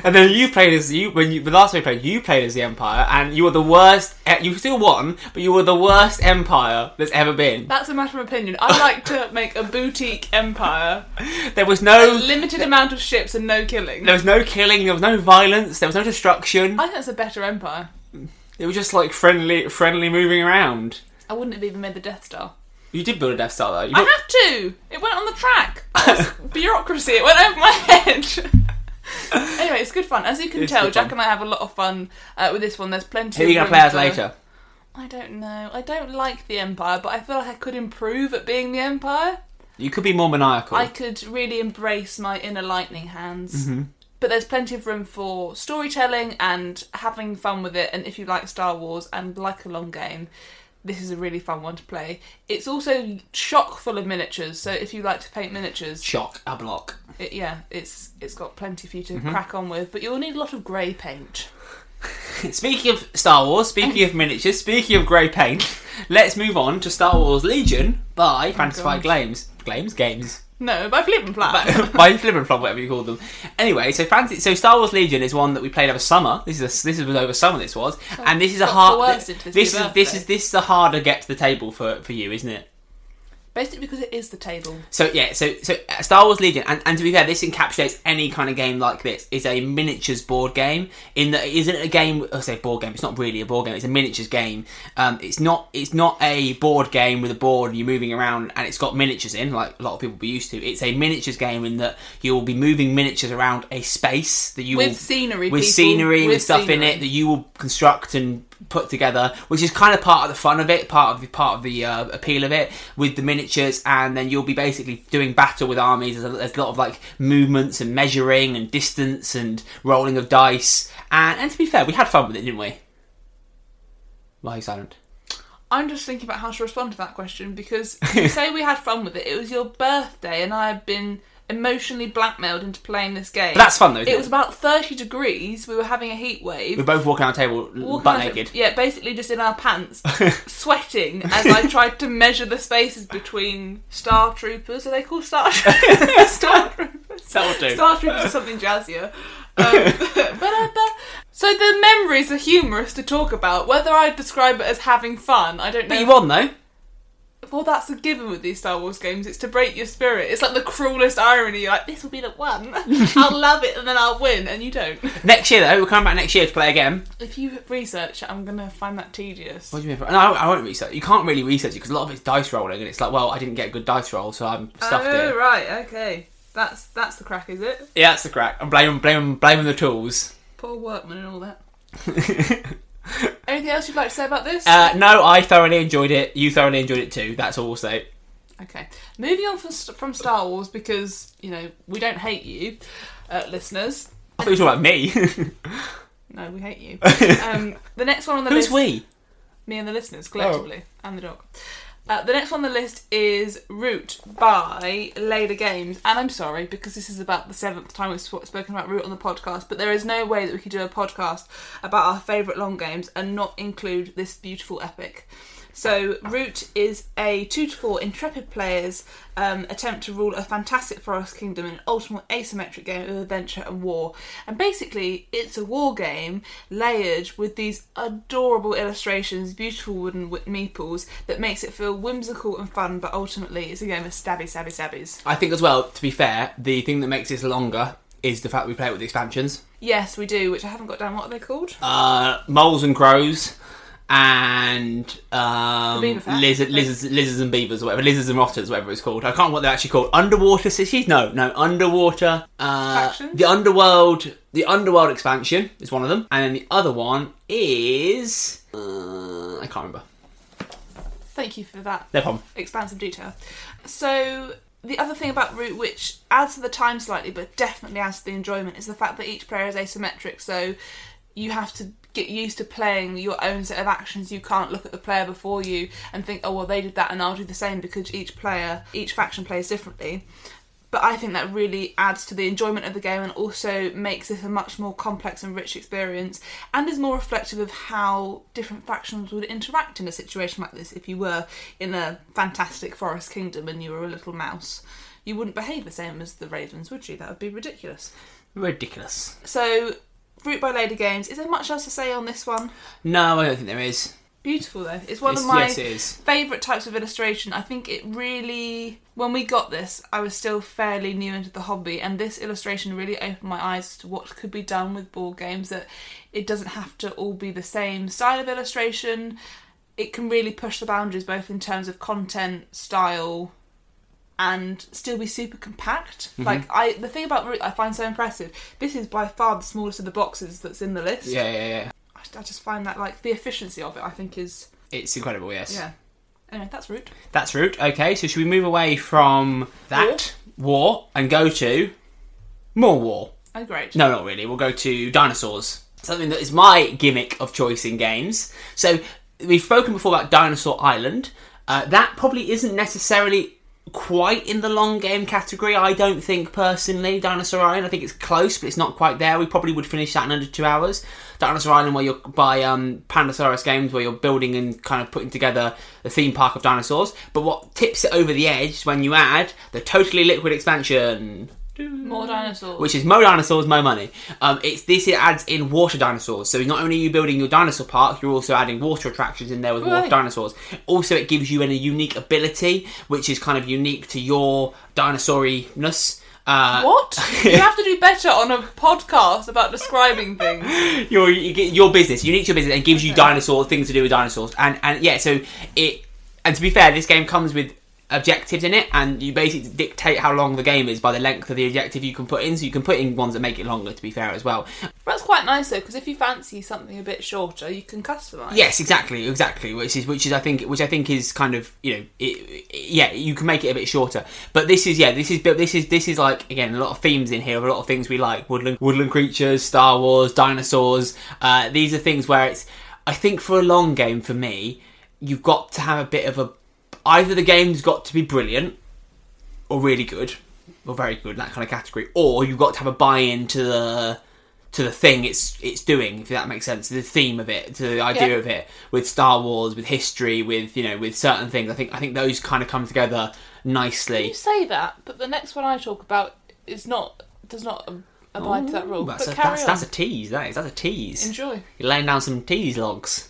S2: And then you played as you when you the last time we played, you played as the Empire, and you were the worst. eh, You still won, but you were the worst Empire that's ever been.
S1: That's a matter of opinion. I like to make a boutique empire,
S2: There was
S1: a
S2: no,
S1: limited amount of ships and no killing.
S2: there was no killing, there was no violence, there was no destruction.
S1: I think that's a better empire.
S2: It was just like friendly, friendly moving around.
S1: I wouldn't have even made the Death Star.
S2: You did build a Death Star though. You
S1: I
S2: built-
S1: had to. It went on the track. That was bureaucracy. It went over my head. anyway, it's good fun. As you can
S2: It's
S1: tell,
S2: good
S1: Jack
S2: fun.
S1: and I have a lot of fun uh, with this one. There's plenty.
S2: Who are
S1: of
S2: you gonna
S1: room
S2: play as
S1: for-
S2: later?
S1: I don't know. I don't like the Empire, but I feel like I could improve at being the Empire.
S2: You could be more maniacal.
S1: I could really embrace my inner lightning hands.
S2: Mm-hmm.
S1: But there's plenty of room for storytelling and having fun with it. And if you like Star Wars and like a long game, this is a really fun one to play. It's also chock full of miniatures, so if you like to paint miniatures,
S2: Shock a block.
S1: it, yeah, it's it's got plenty for you
S2: Mm-hmm.
S1: to crack on with. But you'll need a lot of grey paint.
S2: Speaking of Star Wars, speaking of miniatures, speaking of grey paint, let's move on to Star Wars Legion
S1: Oh
S2: by Fantasy
S1: God.
S2: Games. Games, games.
S1: No, by flip and flap.
S2: by, by flip and flop, whatever you call them. Anyway, so fancy, so Star Wars Legion is one that we played over summer. This is a, this was over summer. This was, and this is a
S1: got
S2: hard.
S1: coerced into this
S2: this
S1: for
S2: is
S1: your
S2: this
S1: birthday.
S2: is this is a harder get to the table for for you, isn't it?
S1: Basically, because it is the table.
S2: So yeah, so so uh, Star Wars Legion, and, and to be fair, this encapsulates any kind of game like this. is a miniatures board game. In that, it isn't a game. I say board game. It's not really a board game. It's a miniatures game. Um, it's not. It's not a board game with a board and you're moving around and it's got miniatures in, like a lot of people be used to. It's a miniatures game in that you will be moving miniatures around a space that you
S1: With
S2: will,
S1: scenery,
S2: with
S1: people,
S2: scenery, with,
S1: with
S2: stuff in
S1: scenery.
S2: it that you will construct and put together, which is kind of part of the fun of it, part of the part of the uh, appeal of it, with the miniatures, and then you'll be basically doing battle with armies. There's a, there's a lot of like movements and measuring and distance and rolling of dice, and and to be fair, we had fun with it, didn't we? Why are you silent?
S1: I'm just thinking about how to respond to that question because you say we had fun with it. It was your birthday, and I had been emotionally blackmailed into playing this game.
S2: But that's fun though. Isn't it,
S1: It was about 30 degrees. We were having a heat wave.
S2: We're both walking on a table,
S1: Walking
S2: butt
S1: around-
S2: naked.
S1: yeah, basically just in our pants, sweating as I tried to measure the spaces between Star Troopers. Are they called Star Troopers? Star Troopers.
S2: That'll do.
S1: Star Troopers is something jazzier. Um, but, uh, but, so the memories are humorous to talk about. Whether I describe it as having fun, I don't know.
S2: But you won though.
S1: Well, that's a given with these Star Wars games. It's to break your spirit. It's like the cruelest irony. You're like, this will be the one. I'll love it and then I'll win, and you don't.
S2: Next year though, we're coming back next year to play again.
S1: If you research, it, I'm gonna find that tedious.
S2: What do you mean? For, no, I, I won't research. You can't really research it because a lot of it's dice rolling, and it's like, well, I didn't get a good dice roll, so I'm stuffed
S1: oh
S2: it.
S1: right, okay. That's that's the crack, is it?
S2: Yeah, that's the crack. I'm blaming, blaming, blaming the tools.
S1: Poor workman and all that. Anything else you'd like to say about this?
S2: Uh, no, I thoroughly enjoyed it. You thoroughly enjoyed it too. That's all we'll say.
S1: okay, moving on from St- from Star Wars because you know we don't hate you, uh, listeners.
S2: I thought you were talking about me.
S1: No, we hate you. um, the next one on the
S2: Who's
S1: list.
S2: we?
S1: me and the listeners collectively and the dog. Uh, the next one on the list is Root by Later Games, and I'm sorry because this is about the seventh time we've sw- spoken about Root on the podcast, but there is no way that we could do a podcast about our favourite long games and not include this beautiful epic. So, Root is a 2 to 4 intrepid players um, attempt to rule a fantastic forest kingdom in an ultimate asymmetric game of adventure and war. And basically, it's a war game layered with these adorable illustrations, beautiful wooden wi- meeples that makes it feel whimsical and fun, but ultimately, it's a game of stabby, stabby, stabbies.
S2: I think as well, to be fair, the thing that makes this longer is the fact we play it with the expansions.
S1: Yes, we do, which I haven't got down. What are they called?
S2: Uh, moles and crows and um,
S1: The beaver fact.
S2: lizard, lizards, lizards and beavers or whatever, lizards and rotters, whatever it's called. I can't remember what they're actually called. Underwater cities? No, no, underwater. Uh,
S1: Factions?
S2: the underworld, the underworld expansion is one of them, and then the other one is uh, I can't remember.
S1: Thank you for that.
S2: No problem.
S1: expansive detail. So the other thing about Root, which adds to the time slightly, but definitely adds to the enjoyment, is the fact that each player is asymmetric. So you have to get used to playing your own set of actions. You can't look at the player before you and think, "Oh, well, they did that, and I'll do the same," because each player, each faction plays differently. But I think that really adds to the enjoyment of the game and also makes this a much more complex and rich experience and is more reflective of how different factions would interact in a situation like this. If you were in a fantastic forest kingdom and you were a little mouse, you wouldn't behave the same as the ravens, would you? That would be ridiculous.
S2: Ridiculous.
S1: So, Fruit by Lady Games, is there much else to say on this one?
S2: No, I don't think there is.
S1: Beautiful though. It's one
S2: It's-
S1: of my
S2: yes, it is.
S1: favourite types of illustration. I think it really, when we got this, I was still fairly new into the hobby, and this illustration really opened my eyes as to what could be done with board games. That it doesn't have to all be the same style of illustration. It can really push the boundaries, both in terms of content, style, and still be super compact. Like I, the thing about Root, I find so impressive. This is by far the smallest of the boxes that's in the list.
S2: Yeah, yeah, yeah.
S1: I, I just find that like the efficiency of it, I think is
S2: It's incredible. Yes.
S1: yeah. Anyway, that's rude.
S2: That's root. Okay, so should we move away from that war, and go to more war?
S1: Oh, great.
S2: No, not really. We'll go to dinosaurs. Something that is my gimmick of choice in games. So we've spoken before about Dinosaur Island. Uh, that probably isn't necessarily quite in the long game category. I don't think personally. Dinosaur Island. I think it's close, but it's not quite there. We probably would finish that in under two hours. Dinosaur Island, where you're by um, Pandasaurus Games, where you're building and kind of putting together the theme park of dinosaurs. But what tips it over the edge is when you add the totally liquid expansion.
S1: More dinosaurs.
S2: which is Mo Dinosaurs, Mo Money. Um, it's this it adds in water dinosaurs. So not only are you building your dinosaur park, you're also adding water attractions in there with water
S1: Right.
S2: dinosaurs. Also, it gives you a unique ability, which is kind of unique to your dinosauriness. Uh,
S1: what? you have to do better on a podcast about describing things.
S2: your you get- your business, unique to your business, and gives you dinosaur things to do with dinosaurs. And and yeah, so it and to be fair, this game comes with objectives in it, and you basically dictate how long the game is by the length of the objective you can put in. So you can put in ones that make it longer. To be fair, as well.
S1: That's quite nice though, because if you fancy something a bit shorter, you can customise.
S2: Yes, exactly, exactly. Which is which is I think which I think is kind of you know it, it- yeah you can make it a bit shorter. But this is yeah this is but this is this is like again a lot of themes in here, a lot of things we like woodland woodland creatures, Star Wars, dinosaurs. Uh, these are things where it's I think for a long game for me you've got to have a bit of a either the game's got to be brilliant or really good or very good that kind of category or you've got to have a buy-in to the to the thing it's it's doing if that makes sense to the theme of it to the idea
S1: Yeah.
S2: of it with star wars with history with you know with certain things i think i think those kind of come together nicely
S1: You say that, but the next one I talk about is not does not um, abide to that rule.
S2: that's,
S1: but
S2: a,
S1: carry
S2: that's,
S1: on.
S2: that's a tease that is that's a tease
S1: Enjoy.
S2: you're laying down some tease logs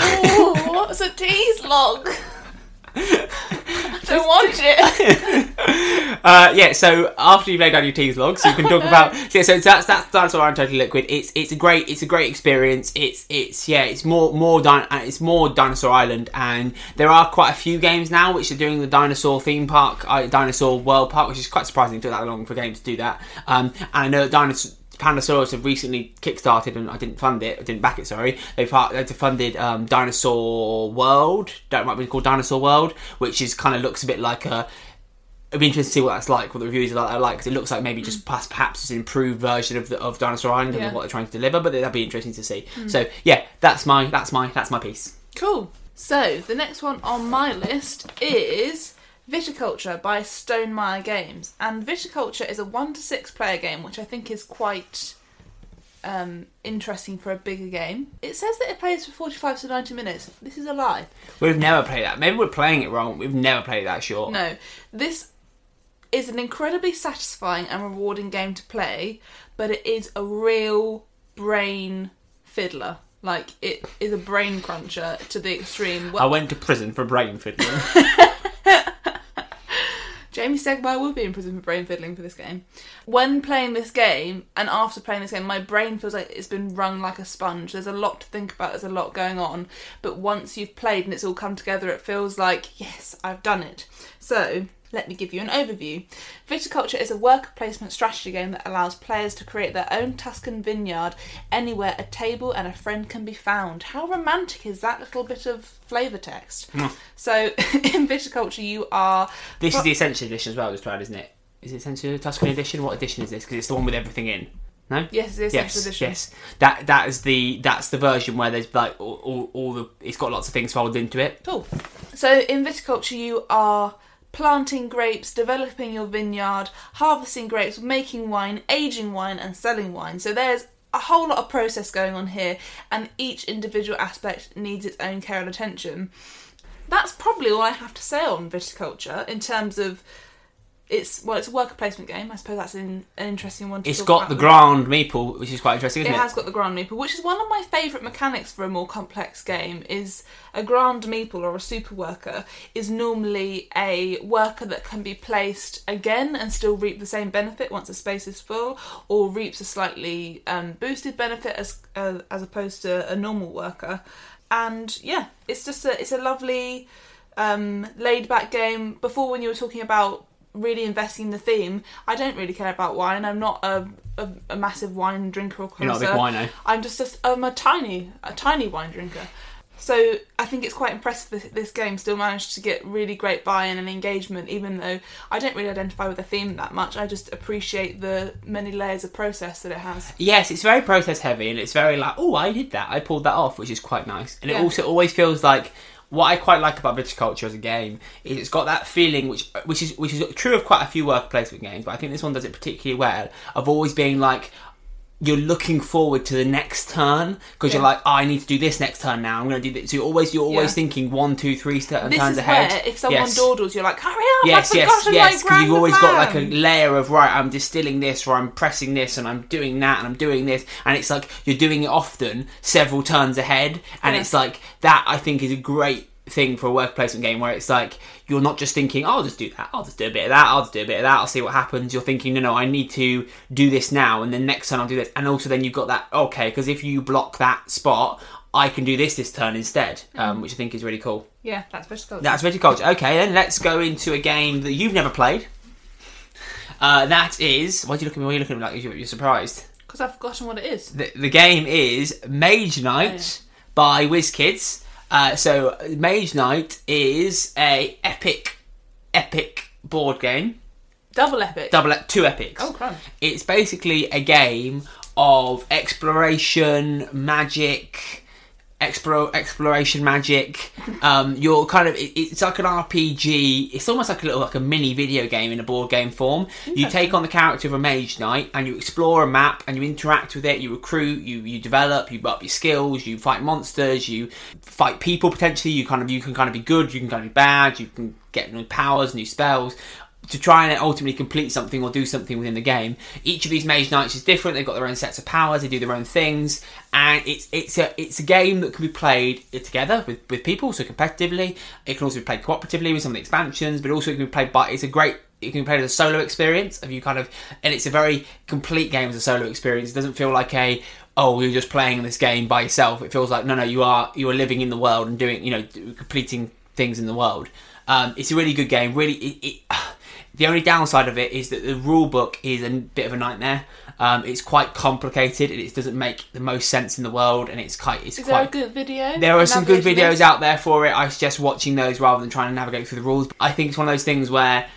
S1: Oh, what's a tease log? I don't want it.
S2: Uh, yeah, so after you've laid down your teas logs, you can talk about. Yeah, so that's that's dinosaur and totally liquid. It's it's a great it's a great experience. It's it's yeah it's more more din- uh, it's more dinosaur island, and there are quite a few games now which are doing the dinosaur theme park, uh, dinosaur world park, which is quite surprising. It took that long for games to do that. Um, and I know dinosaur. Pandasaurus have recently kickstarted, and I didn't fund it. I didn't back it. Sorry, they part they funded um, Dinosaur World. That might be called Dinosaur World, which is kind of looks a bit like a It'd be interesting to see what that's like, what the reviews are like- are like, because it looks like maybe just past, perhaps just an improved version of the, of Dinosaur Island
S1: Mm. Yeah. Mm.
S2: and what they're trying to deliver. But that'd be interesting to see. So yeah, that's my that's my that's my piece.
S1: Cool. So the next one on my list is Viticulture by Stonemeyer Games, and Viticulture is a one to six player game, which I think is quite um, interesting for a bigger game. It says that it plays for 45 to 90 minutes. This is a lie.
S2: We've never played that. Maybe we're playing it wrong. We've never played that short.
S1: No, this is an incredibly satisfying and rewarding game to play, but it is a real brain fiddler. Like it is a brain cruncher to the extreme.
S2: I
S1: Well,
S2: went to prison for brain fiddling.
S1: Jamie Stegmaier will be in prison for brain fiddling for this game. When playing this game and after playing this game, my brain feels like it's been wrung like a sponge. There's a lot to think about. There's a lot going on, but once you've played and it's all come together, it feels like yes, I've done it. So. Let me give you an overview. Viticulture is a worker placement strategy game that allows players to create their own Tuscan vineyard anywhere a table and a friend can be found. How romantic is that little bit of flavour text? So, in viticulture, you are
S2: Hmm. this is the essential edition as well. Just tried, isn't it? Is it essential Tuscan edition? What edition is this? Because it's the one with everything in. No.
S1: Yes, it's the essential edition.
S2: Yes, that that is the that's the version where there's like all, all, all the it's got lots of things folded into it.
S1: Cool. So in viticulture, you are planting grapes, developing your vineyard, harvesting grapes, making wine, aging wine, and selling wine. So there's a whole lot of process going on here, and each individual aspect needs its own care and attention. That's probably all I have to say on viticulture in terms of it's well, it's a worker placement game. I suppose that's an, an interesting one. to
S2: It's
S1: talk
S2: got
S1: about.
S2: the ground meeple, which is quite interesting, isn't
S1: It
S2: it?
S1: has got the Grand Meeple, which is one of my favourite mechanics for a more complex game. Is a Grand Meeple or a Super Worker is normally a worker that can be placed again and still reap the same benefit once the space is full, or reaps a slightly um, boosted benefit as uh, as opposed to a normal worker. And yeah, it's just a it's a lovely um, laid back game. Before, when you were talking about really investing in the theme, I don't really care about wine. I'm not a, a, a massive wine drinker or connoisseur.
S2: You're not a big wino.
S1: I'm just a, I'm a tiny a tiny wine drinker. So I think it's quite impressive that this game still managed to get really great buy-in and engagement, even though I don't really identify with the theme that much. I just appreciate the many layers of process that it has.
S2: Yes, it's very process heavy and it's very like, oh, I did that, I pulled that off, which is quite nice. And
S1: Yeah.
S2: it also always feels like what I quite like about viticulture as a game is it's got that feeling which which is which is true of quite a few work placement games, but I think this one does it particularly well of always being like you're looking forward to the next turn because you're
S1: Yeah.
S2: like, oh, I need to do this next turn now. I'm going to do this. So you're always you're always
S1: Yeah.
S2: thinking one, two, three st-
S1: This
S2: turns
S1: is
S2: ahead.
S1: where if someone
S2: Yes.
S1: dawdles, you're like, hurry up!
S2: Yes,
S1: I've
S2: yes,
S1: forgotten
S2: yes.
S1: my
S2: Because you've
S1: grand
S2: always got like a
S1: plan."
S2: layer of right. I'm distilling this, or I'm pressing this, and I'm doing that, and I'm doing this, and it's like you're doing it often, several turns ahead, and
S1: Yeah.
S2: it's like that. I think is a great thing for a work placement game where it's like you're not just thinking, "I'll just do that. I'll just do a bit of that. I'll just do a bit of that. I'll see what happens." You're thinking, "No, no, I need to do this now, and then next turn I'll do this." And also, then you've got that okay, because if you block that spot. I can do this this turn instead,
S1: Mm.
S2: um, which I think is really cool.
S1: yeah, that's viticulture.
S2: That's viticulture. Okay, then let's go into a game that you've never played. Uh, that is. Why do you look at me? Why are you looking at me like you're, you're surprised?
S1: because I've forgotten what it is.
S2: The, the game is Mage Knight by WizKids. Uh, so Mage Knight is a epic, epic board game.
S1: Double epic.
S2: Double ep- two epics.
S1: Oh, crunch.
S2: It's basically a game of exploration, magic, explore, exploration, magic. Um, you're kind of it- it's like an RPG. It's almost like a little like a mini video game in a board game form. You take on the character of a mage knight and you explore a map and you interact with it. You recruit, you you develop, you up your skills, you fight monsters, you fight people potentially. You kind of you can kind of be good, you can kind of be bad, you can get new powers, new spells to try and ultimately complete something or do something within the game. Each of these mage knights is different. They've got their own sets of powers. They do their own things, and it's it's a it's a game that can be played together with, with people, so competitively. It can also be played cooperatively with some of the expansions, but also it can be played by. It's a great. It can be played as a solo experience. If you kind of, and it's a very complete game as a solo experience. It doesn't feel like a oh you're just playing this game by yourself. It feels like no no you are you are living in the world and doing you know completing things in the world. Um, it's a really good game. Really, it, it, the only downside of it is that the rule book is a bit of a nightmare. Um, it's quite complicated and it doesn't make the most sense in the world. And it's quite it's
S1: Is there a
S2: quite.
S1: good video?
S2: there are some good
S1: Navigation
S2: videos
S1: list?
S2: out there for it. I suggest watching those rather than trying to navigate through the rules. I think it's one of those things where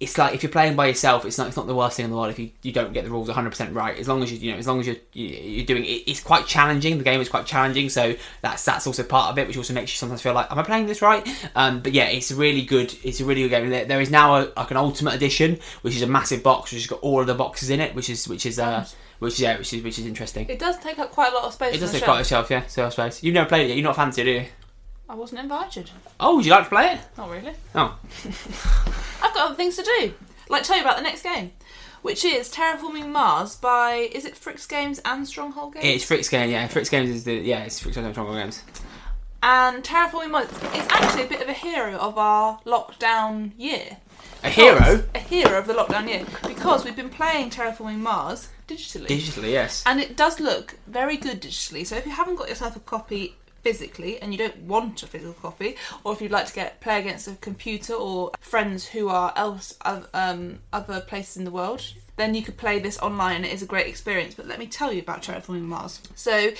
S2: it's like if you're playing by yourself, it's not it's not the worst thing in the world if you, you don't get the rules 100 percent right. As long as you you know as long as you're you, you're doing it, it's quite challenging. The game is quite challenging, so that's that's also part of it, which also makes you sometimes feel like, am I playing this right? Um, but yeah, it's a really good. It's a really good game. There, there is now a, like an ultimate edition, which is a massive box which has got all of the boxes in it, which is which is uh, which yeah, which is which is interesting.
S1: It does take up quite a lot of space.
S2: It does
S1: on the
S2: take
S1: shelf.
S2: quite a shelf, yeah, shelf space. You've never played it yet. You're not fancy, do you?
S1: I wasn't invited.
S2: Oh, would you like to play it?
S1: Not really.
S2: Oh,
S1: I've got other things to do. Like tell you about the next game, which is Terraforming Mars by is it Fricks Games and Stronghold Games?
S2: it's Fritz Games. Yeah, Fritz Games is the yeah, it's Fritz Games. Triangle Games.
S1: And Terraforming Mars is actually a bit of a hero of our lockdown year.
S2: A hero
S1: A hero of the lockdown year because we've been playing Terraforming Mars digitally.
S2: digitally, yes.
S1: and it does look very good digitally. So if you haven't got yourself a copy physically and you don't want a physical copy, or if you'd like to get play against a computer or friends who are else of um, other places in the world. Then you could play this online and it is a great experience. But let me tell you about Terraforming Mars. So,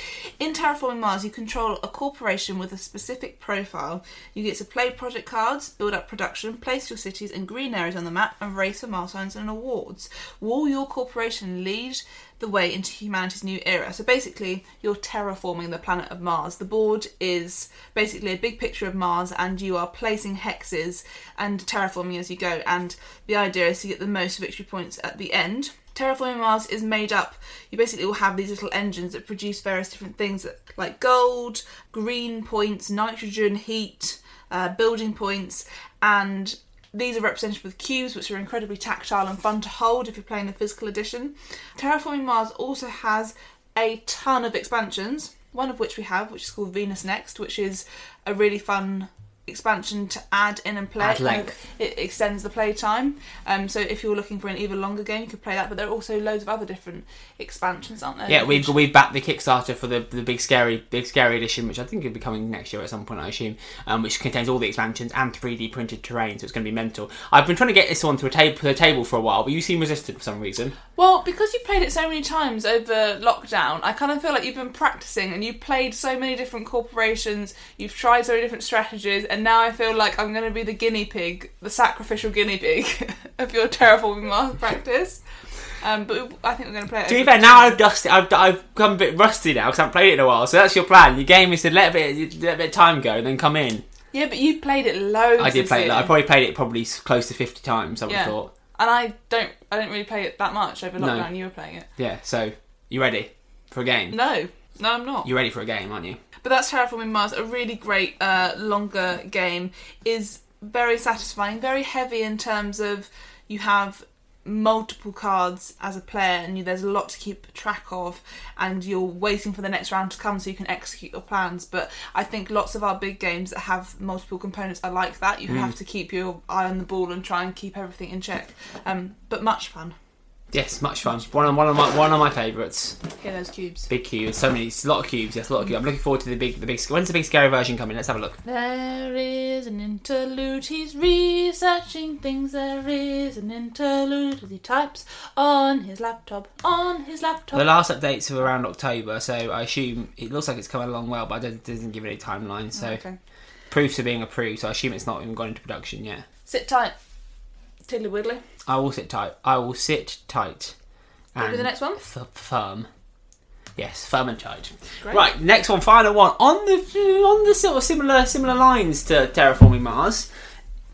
S1: in Terraforming Mars, you control a corporation with a specific profile. You get to play project cards, build up production, place your cities and green areas on the map, and race for milestones and awards. Will your corporation lead the way into humanity's new era. So basically, you're terraforming the planet of Mars. The board is basically a big picture of Mars, and you are placing hexes and terraforming as you go. And the idea is to get the most victory points at the end. Terraforming Mars is made up. You basically will have these little engines that produce various different things like gold, green points, nitrogen, heat, uh, building points, and these are represented with cubes, which are incredibly tactile and fun to hold if you're playing the physical edition. Terraforming Mars also has a ton of expansions, one of which we have, which is called Venus Next, which is a really fun expansion to add in and play.
S2: Add length.
S1: It extends the play time. Um, so if you're looking for an even longer game, you could play that. But there are also loads of other different expansions, aren't there?
S2: Yeah, we've we've backed the Kickstarter for the the big scary big scary edition, which I think will be coming next year at some point, I assume. Um, which contains all the expansions and 3D printed terrain, so it's going to be mental. I've been trying to get this one to a table to a table for a while, but you seem resistant for some reason.
S1: Well, because you played it so many times over lockdown, I kind of feel like you've been practicing and you've played so many different corporations, you've tried so many different strategies, and now I feel like I'm going to be the guinea pig, the sacrificial guinea pig of your terraforming Mars practice. Um, but I think we're going to play it.
S2: To be
S1: over-
S2: fair, now I've dusted, I've, I've become a bit rusty now because I haven't played it in a while. So that's your plan. Your game is to let a bit let a bit of time go and then come in.
S1: Yeah, but you played it loads.
S2: I did
S1: this
S2: play it.
S1: year.
S2: though. I probably played it probably s- close to 50 times. I would
S1: Yeah.
S2: have thought.
S1: and I don't. I didn't really play it that much over
S2: No.
S1: lockdown. You were playing it.
S2: Yeah. So you ready for a game?
S1: No, no, I'm not.
S2: You're ready for a game, aren't you?
S1: But that's Terraforming Mars, a really great uh, longer game, is very satisfying, very heavy in terms of you have multiple cards as a player and you, there's a lot to keep track of and you're waiting for the next round to come so you can execute your plans but i think lots of our big games that have multiple components are like that you have to keep your eye on the ball and try and keep everything in check um, but much fun
S2: Yes, much fun. One of one of my one of my favourites.
S1: hear those cubes
S2: Big cubes, so many, it's a lot of cubes. Yes, a lot of cubes. I'm looking forward to the big, the big. When's the big scary version coming? Let's have a look.
S1: There is an interlude, he's researching things. There is an interlude as he types on his laptop, on his
S2: The
S1: laptop.
S2: last updates are around October, so I assume it looks like it's coming along well, but I don't, it doesn't give it any timeline. So proofs are being approved, so I assume it's not even gone into production yet.
S1: Sit tight, tiddly widdly.
S2: I will sit tight. I will sit tight.
S1: What will be the next one?
S2: F- firm. Yes, firm and tight.
S1: Great.
S2: Right, next one, final one. On the on the sort of similar similar lines to terraforming Mars,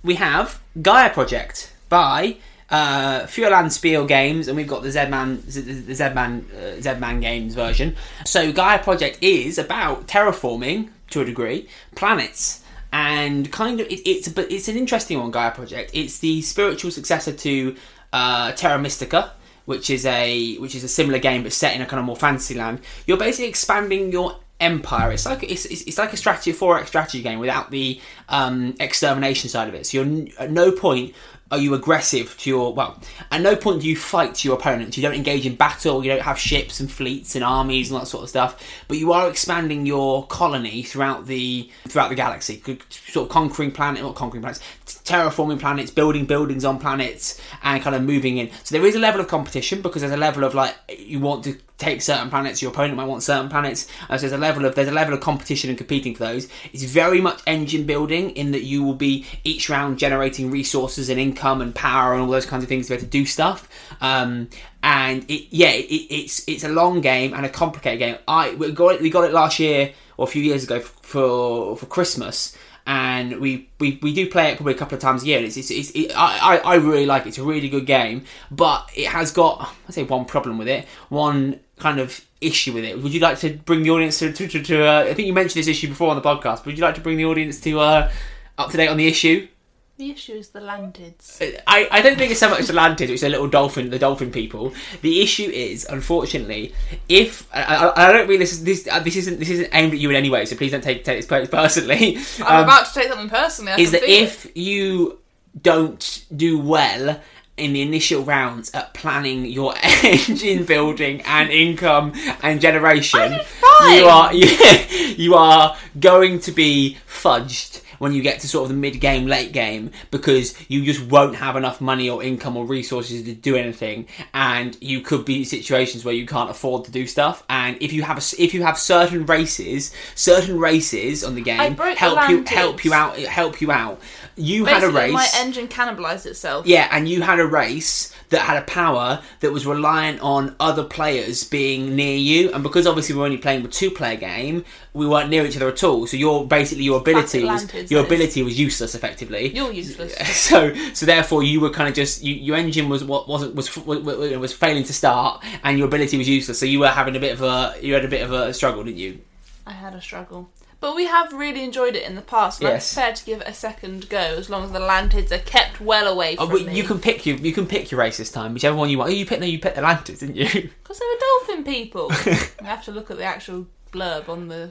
S2: we have Gaia Project by uh, Fiolan Spiel Games, and we've got the Z-Man Z- the Z-Man uh, Z-Man Games version. So Gaia Project is about terraforming to a degree planets. And kind of, it, it's but it's an interesting one, Gaia Project. It's the spiritual successor to uh, Terra Mystica, which is a which is a similar game but set in a kind of more fantasy land. You're basically expanding your empire. It's like it's, it's, it's like a strategy, a 4x strategy game without the um, extermination side of it. So you're n- at no point are you aggressive to your well at no point do you fight your opponents you don't engage in battle you don't have ships and fleets and armies and that sort of stuff but you are expanding your colony throughout the throughout the galaxy c- sort of conquering planet not conquering planets t- terraforming planets building buildings on planets and kind of moving in so there is a level of competition because there's a level of like you want to take certain planets your opponent might want certain planets and so there's a level of there's a level of competition and competing for those it's very much engine building in that you will be each round generating resources and income and power and all those kinds of things to be able to do stuff um and it yeah it, it's it's a long game and a complicated game i we got it we got it last year or a few years ago for for, for christmas and we, we, we do play it probably a couple of times a year. And it's, it's, it's it, I, I I really like it. It's a really good game, but it has got I say one problem with it, one kind of issue with it. Would you like to bring the audience to to, to, to uh, I think you mentioned this issue before on the podcast. But would you like to bring the audience to uh, up to date on the issue?
S1: The issue is the landids.
S2: I, I don't think it's so much the lanterns, it's the little dolphin, the dolphin people. The issue is, unfortunately, if I, I, I don't mean this is this uh, this isn't this isn't aimed at you in any way, so please don't take take this personally.
S1: I'm
S2: Um,
S1: about to take something personally. I
S2: is
S1: can
S2: that
S1: feel
S2: if you don't do well in the initial rounds at planning your engine building and income and generation,
S1: fine.
S2: you are you are going to be fudged when you get to sort of the mid game, late game, because you just won't have enough money or income or resources to do anything, and you could be in situations where you can't afford to do stuff. And if you have a s if you have certain races, certain races on the game
S1: broke the
S2: help you
S1: landings.
S2: help you out help you out. You
S1: it.
S2: had a
S1: Basically,
S2: race,
S1: My engine cannibalised itself.
S2: yeah, and you had a race that had a power that was reliant on other players being near you, and because obviously we we're only playing a two-player game, we weren't near each other at all. So your basically your ability
S1: Classic
S2: was
S1: Lanterns,
S2: your
S1: that is.
S2: ability was useless effectively.
S1: You're useless.
S2: so so therefore you were kind of just you, your engine was what wasn't was f- wa- wa- was failing to start, and your ability was useless. So you were having a bit of a you had a bit of a struggle, didn't you?
S1: I had a struggle. But we have really enjoyed it in the past, and
S2: Yes.
S1: I'm prepared to give it a second go as long as the lantids are kept well away
S2: Oh,
S1: from
S2: but
S1: me.
S2: you can pick your you can pick your race this time, whichever one you want. Oh, you picked no, you picked the Lanterns, didn't you?
S1: Because they were dolphin people. I have to look at the actual blurb on the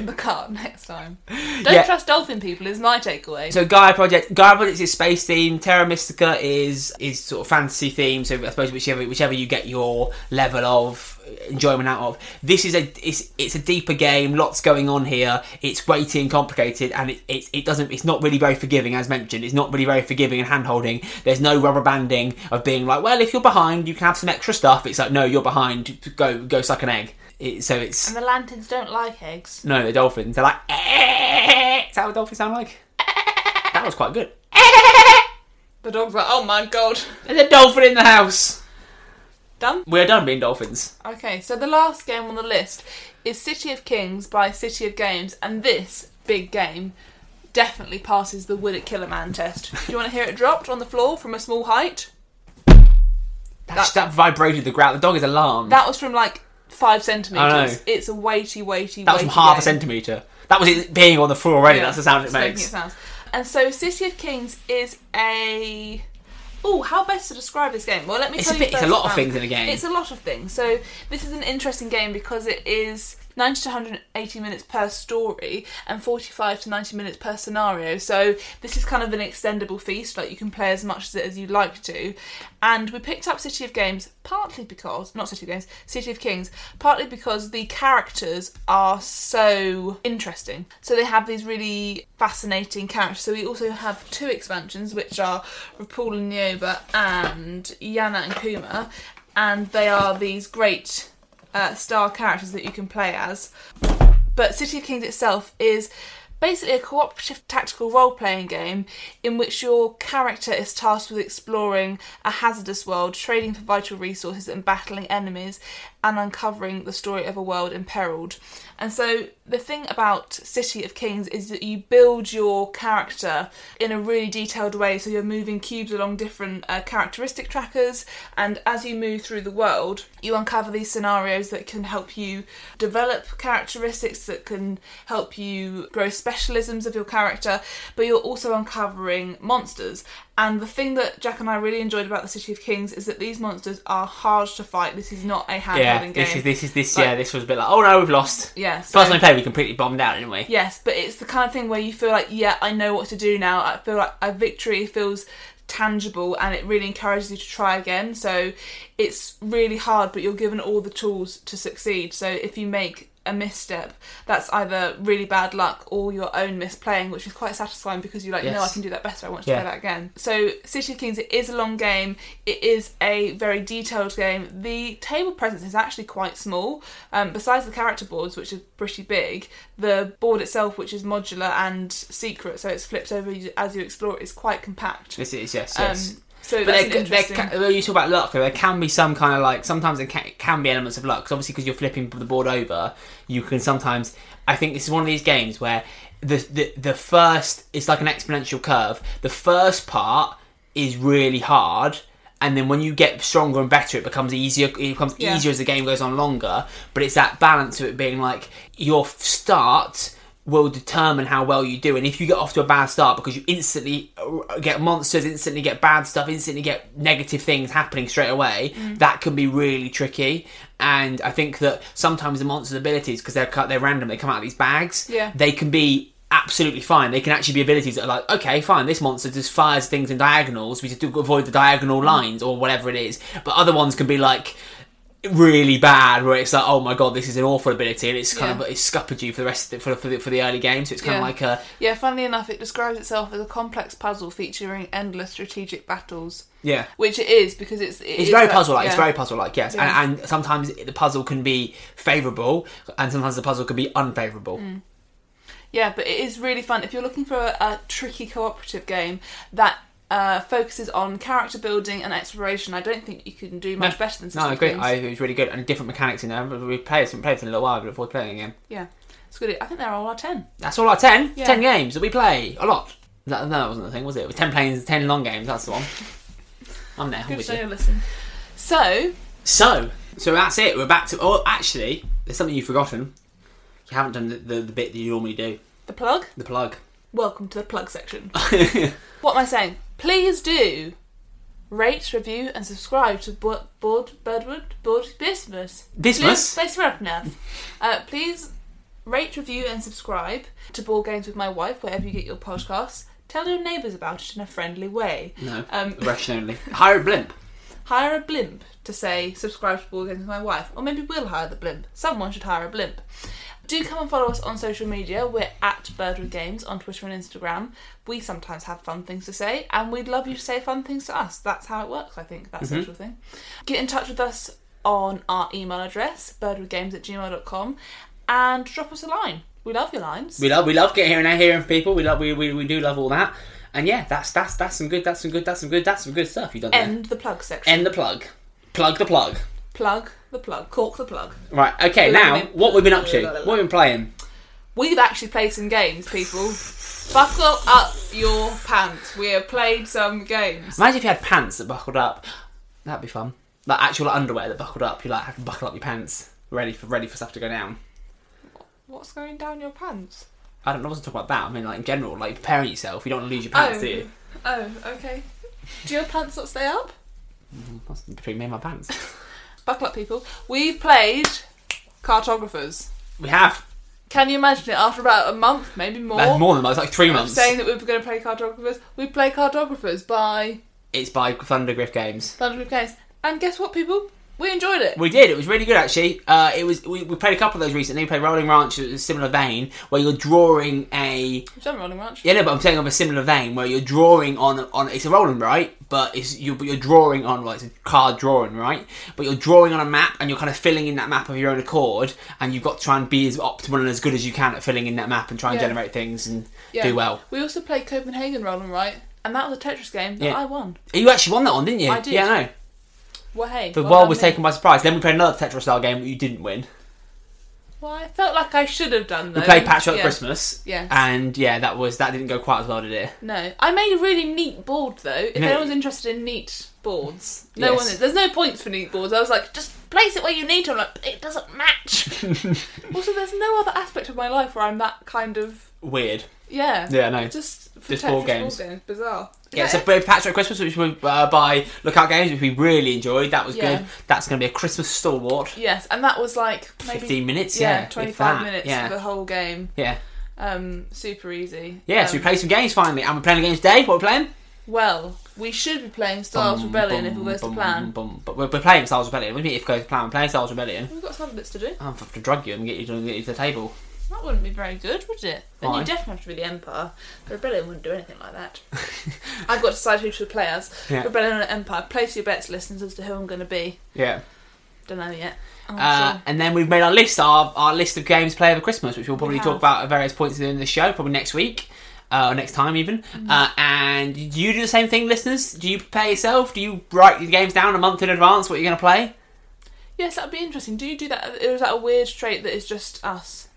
S1: on the card next time. Don't
S2: Yeah.
S1: trust dolphin people is my takeaway.
S2: So Gaia Project, Gaia Project is space theme. Terra Mystica is is sort of fantasy theme. So I suppose whichever whichever you get your level of enjoyment out of. This is a it's it's a deeper game. Lots going on here. It's weighty and complicated, and it it, it doesn't it's not really very forgiving as mentioned. It's not really very forgiving and hand holding. There's no rubber banding of being like, well, if you're behind, you can have some extra stuff. It's like, no, you're behind. Go go suck an egg. It, so it's
S1: and the lanterns don't like eggs.
S2: no, the dolphins. They're like. "Eh." Is that what dolphins sound like? That was quite good.
S1: The dog's like, oh my god.
S2: There's a dolphin in the house.
S1: Done?
S2: We're done being dolphins.
S1: Okay, so the last game on the list is City of Kings by City of Games, and this big game definitely passes the Would It Kill a Man test. Do you want to hear it dropped on the floor from a small height?
S2: That, that vibrated the ground. The dog is alarmed. That,
S1: That was from like five
S2: I
S1: centimetres.
S2: know.
S1: It's a weighty, weighty,
S2: was
S1: weighty.
S2: from half
S1: game.
S2: a centimetre. That was it being on the floor already. That's the sound it
S1: It's making
S2: makes.
S1: sounds. And so City of Kings is a. Oh, how best to describe this game? Well, let me
S2: It's
S1: tell
S2: a
S1: you.
S2: bit- it's a
S1: first
S2: lot of
S1: about-
S2: things in a game.
S1: It's a lot of things. So this is an interesting game because it is 90 to 180 minutes per story and 45 to 90 minutes per scenario. So this is kind of an extendable feast. Like you can play as much as, as you like to. And we picked up City of Games partly because not City of Games, City of Kings, partly because the characters are so interesting. So they have these really fascinating characters. So we also have two expansions, which are Rapul and Nioba and Yana and Kuma, and they are these great uh, star characters that you can play as. But City of Kings itself is basically a cooperative tactical role playing game in which your character is tasked with exploring a hazardous world, trading for vital resources, and battling enemies, and uncovering the story of a world imperiled. And so, the thing about City of Kings is that you build your character in a really detailed way. So, you're moving cubes along different uh, characteristic trackers, and as you move through the world, you uncover these scenarios that can help you develop characteristics that can help you grow specialisms of your character, but you're also uncovering monsters. And the thing that Jack and I really enjoyed about the City of Kings is that these monsters are hard to fight. This is not a hand
S2: Yeah,
S1: holding game.
S2: this is this is this.
S1: Like-
S2: yeah, this was a bit like, oh no, we've lost.
S1: Yeah, so-
S2: First time we played, we completely bombed out, didn't we?
S1: Yes, but it's the kind of thing where you feel like, yeah, I know what to do now. I feel like a victory feels tangible and it really encourages you to try again. So it's really hard, but you're given all the tools to succeed. So if you make a misstep, that's either really bad luck or your own misplaying, which is quite satisfying because you're like, no, I
S2: Yes.
S1: can do that better. I want to
S2: Yeah.
S1: play that again. So City of Kings, it is a long game. It is a very detailed game. The table presence is actually quite small. Um, besides the character boards, which are pretty big, the board itself, which is modular and secret, so it's flipped over as you explore, it, is quite compact.
S2: This is yes, yes.
S1: Um, So
S2: But
S1: that's an
S2: there, there,
S1: interesting.
S2: ca- well, you talk about luck. though, There can be some kind of like sometimes there can, can be elements of luck. 'cause obviously, because you're flipping the board over, you can sometimes. I think this is one of these games where the the, the first it's like an exponential curve. The first part is really hard. And then when you get stronger and better, it becomes easier. It becomes
S1: Yeah.
S2: easier as the game goes on longer. But it's that balance of it being like your f- start will determine how well you do. And if you get off to a bad start because you instantly uh, get monsters, instantly get bad stuff, instantly get negative things happening straight away, that can be really tricky. And I think that sometimes the monsters' abilities, because they're cut, they're random, they come out of these bags.
S1: Yeah.
S2: they can be absolutely fine. They can actually be abilities that are like, okay, fine, this monster just fires things in diagonals. We just do avoid the diagonal lines or whatever it is. But other ones can be like really bad, where it's like, oh my god, this is an awful ability, and it's kind
S1: Yeah.
S2: of it's scuppered you for the rest of the, for, for the for the early game. So it's kind
S1: Yeah.
S2: of like a
S1: Yeah, funnily enough, it describes itself as a complex puzzle featuring endless strategic battles,
S2: yeah.
S1: which it is because it's it
S2: It's
S1: is
S2: very
S1: that-
S2: puzzle like. It's
S1: yeah.
S2: very puzzle like, yes.
S1: Yeah.
S2: And, and sometimes the puzzle can be favourable, and sometimes the puzzle can be unfavourable.
S1: Mm, Yeah, but it is really fun. If you're looking for a, a tricky cooperative game that uh, focuses on character building and exploration, I don't think you can do much better than
S2: No, I
S1: City
S2: agree.
S1: Games.
S2: I, it was really good and different mechanics in there. We played, haven't played for a little while, but before playing again.
S1: Yeah, it's good. I think they're all our ten.
S2: That's all our ten.
S1: Yeah.
S2: Ten games that we play a lot. That, no, that wasn't the thing, was it? It was ten planes, ten long games. That's the one. I'm there. I'm
S1: Good
S2: with
S1: to know
S2: you.
S1: you're listening. So
S2: So, so that's it. We're back to. Oh, actually, there's something you've forgotten. You haven't done the, the, the bit that you normally do.
S1: the plug.
S2: The plug.
S1: Welcome to the plug section. what am I saying? Please do rate, review, and subscribe to Bo- Board Birdwood Board Business.
S2: Bismus?
S1: Please, please, nerve. Uh, please rate, review, and subscribe to Board Games with My Wife wherever you get your podcasts. Tell your neighbours about it in a friendly way.
S2: No.
S1: Um,
S2: Russian only. Hire a blimp.
S1: hire a blimp to say subscribe to Board Games with My Wife, or maybe we'll hire the blimp. Someone should hire a blimp. Do come and follow us on social media. We're at Birdwood Games on Twitter and Instagram. We sometimes have fun things to say, and we'd love you to say fun things to us. That's how it works, I think, that social thing. Get in touch with us on our email address, birdwoodgames at gmail.com, and drop us a line. We love your lines.
S2: We love we love getting and hearing from people. We love we, we, we do love all that. And yeah, that's that's that's some good. That's some good. That's some good. That's some good stuff you've done there.
S1: End the plug section.
S2: End the plug. Plug the plug.
S1: Plug the plug. Cork the plug.
S2: Right. Okay. Now, what we've been up to? What we've been playing?
S1: We've actually played some games, people. Buckle up your pants. We have played some games.
S2: Imagine if you had pants that buckled up. That'd be fun. Like actual underwear that buckled up. You like have to buckle up your pants, ready for ready for stuff to go down.
S1: What's going down your pants?
S2: I don't know what to talk about that. I mean, like in general, like preparing yourself. You don't want to lose your pants,
S1: oh.
S2: do you?
S1: Oh, okay. Do your pants not stay up?
S2: That's between me and my pants.
S1: Buckle up, people. We've played Cartographers.
S2: We have.
S1: Can you imagine it? After about a month, maybe more,
S2: That's more than that. It's like three
S1: of
S2: months.
S1: saying that we were going to play Cartographers, we play Cartographers by
S2: It's by Thundergriff Games.
S1: Thunder Case. And guess what, people? We enjoyed it.
S2: We did. It was really good, actually. Uh, it was. We, we played a couple of those recently. We played Rolling Ranch, in a similar vein, where you're drawing a.
S1: We've done Rolling Ranch.
S2: Yeah, no, but I'm saying of a similar vein, where you're drawing on on. It's a rolling right, but it's you. But you're drawing on like it's a card drawing right, but you're drawing on a map, and you're kind of filling in that map of your own accord, and you've got to try and be as optimal and as good as you can at filling in that map and try and
S1: Yeah.
S2: generate things and
S1: Yeah.
S2: do well.
S1: We also played Copenhagen Rolling Right, and that was a Tetris game that
S2: Yeah.
S1: I won.
S2: You actually won that one, didn't you?
S1: I did.
S2: Yeah, I know.
S1: Well, hey,
S2: The
S1: well
S2: world
S1: done
S2: was
S1: me.
S2: taken by surprise. Then we played another Tetris style game that you didn't win.
S1: Well, I felt like I should have done though.
S2: We played Patchwork
S1: Um, Yeah.
S2: Christmas.
S1: Yes.
S2: And yeah, that was that didn't go quite as well, did it?
S1: No, I made a really neat board though. If
S2: No.
S1: anyone's interested in neat boards, no
S2: Yes.
S1: one is. There's no points for neat boards. I was like, just place it where you need to. I'm like, it doesn't match. also, there's no other aspect of my life where I'm that kind of
S2: Weird.
S1: yeah.
S2: Yeah, no.
S1: Just for
S2: Just
S1: Tetris
S2: board games.
S1: Board games. Bizarre. Is
S2: Yeah,
S1: that
S2: so
S1: it?
S2: Brave Patchwork Christmas, which was uh, by Lookout Games, which we really enjoyed. That was
S1: Yeah.
S2: good. That's going to be a Christmas stalwart.
S1: yes, and that was like maybe
S2: 15 minutes, yeah.
S1: yeah,
S2: if
S1: 25
S2: that,
S1: minutes
S2: Yeah.
S1: for the whole game.
S2: yeah.
S1: Um, super easy.
S2: Yeah, so
S1: Um,
S2: we played some games finally. And we're playing a game today. What are we playing?
S1: Well, we should be playing Star Wars
S2: Bum,
S1: Rebellion
S2: bum,
S1: if all goes to
S2: bum,
S1: plan.
S2: bum, but we're, we're playing Star Wars Rebellion. What do you mean if it goes to plan? We're playing Star Wars Rebellion.
S1: We've got some bits to do.
S2: I'm going to have to drug you and get you, to, get you to the table.
S1: That wouldn't be very good, would it? Then
S2: Why?
S1: you definitely have to be the Empire. The Rebellion wouldn't do anything like that. I've got to decide who to play as.
S2: Yeah.
S1: Rebellion and Empire. Place your bets, listeners, as to who I'm going to be.
S2: Yeah.
S1: Don't know yet. Oh, I'm not
S2: Uh,
S1: sure.
S2: and then we've made our list, our, our list of games play over Christmas, which we'll probably
S1: have.
S2: talk about at various points in the show, probably next week. uh, or next time even.
S1: Mm.
S2: Uh, and do you do the same thing, listeners? Do you prepare yourself? Do you write your games down a month in advance what you're going to play?
S1: Yes, that'd be interesting. Do you do that? Or is that a weird trait that is just us?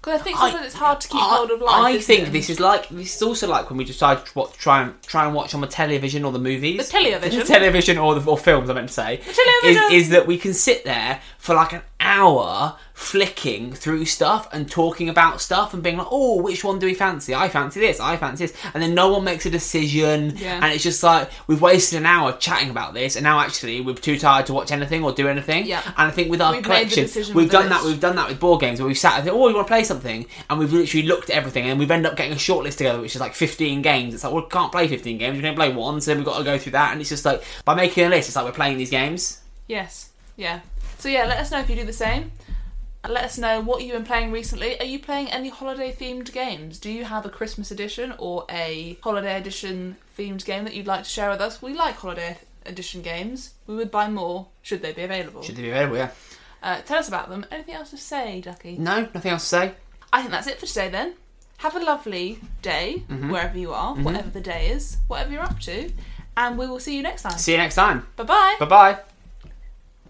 S1: Because I think
S2: I-
S1: sometimes it's hard to keep
S2: I-
S1: hold of life.
S2: I
S1: isn't
S2: think
S1: it?
S2: this is like this is also like when we decide to watch, try and try and watch on the television or the movies,
S1: The television.
S2: the television or the or films. I meant to say
S1: television.
S2: Is, is that we can sit there for like an hour flicking through stuff and talking about stuff and being like, oh, which one do we fancy? I fancy this. I fancy this, and then no one makes a decision,
S1: Yeah.
S2: and it's just like we've wasted an hour chatting about this, and now actually we're too tired to watch anything or do anything.
S1: Yeah.
S2: And I think with our
S1: We've made the
S2: collection,
S1: decision
S2: we've
S1: with the
S2: done that.
S1: list.
S2: We've we've done that with board games where we've sat and said, oh, we want to play something, and we've literally looked at everything, and we've ended up getting a short list together, which is like 15 games. It's like, well, we can't play 15 games, we can only play one, so then we've got to go through that, and it's just like, by making a list, it's like we're playing these games.
S1: Yes. Yeah. So yeah, let us know if you do the same. And Let us know what you've been playing recently. Are you playing any holiday themed games? Do you have a Christmas edition or a holiday edition themed game that you'd like to share with us? We like holiday edition games. We would buy more should they be available.
S2: Should they be available, yeah.
S1: Uh, tell us about them. Anything else to say, Ducky?
S2: No, nothing else to say.
S1: I think that's it for today then. Have a lovely day
S2: Mm-hmm.
S1: wherever you are, whatever the day is, whatever you're up to, and we will see you next time.
S2: See you next time.
S1: Bye bye.
S2: Bye bye.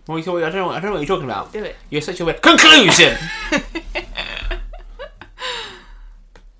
S2: Well, you thought- I don't know. I don't know what you're talking about.
S1: Do it.
S2: You're such a weird conclusion.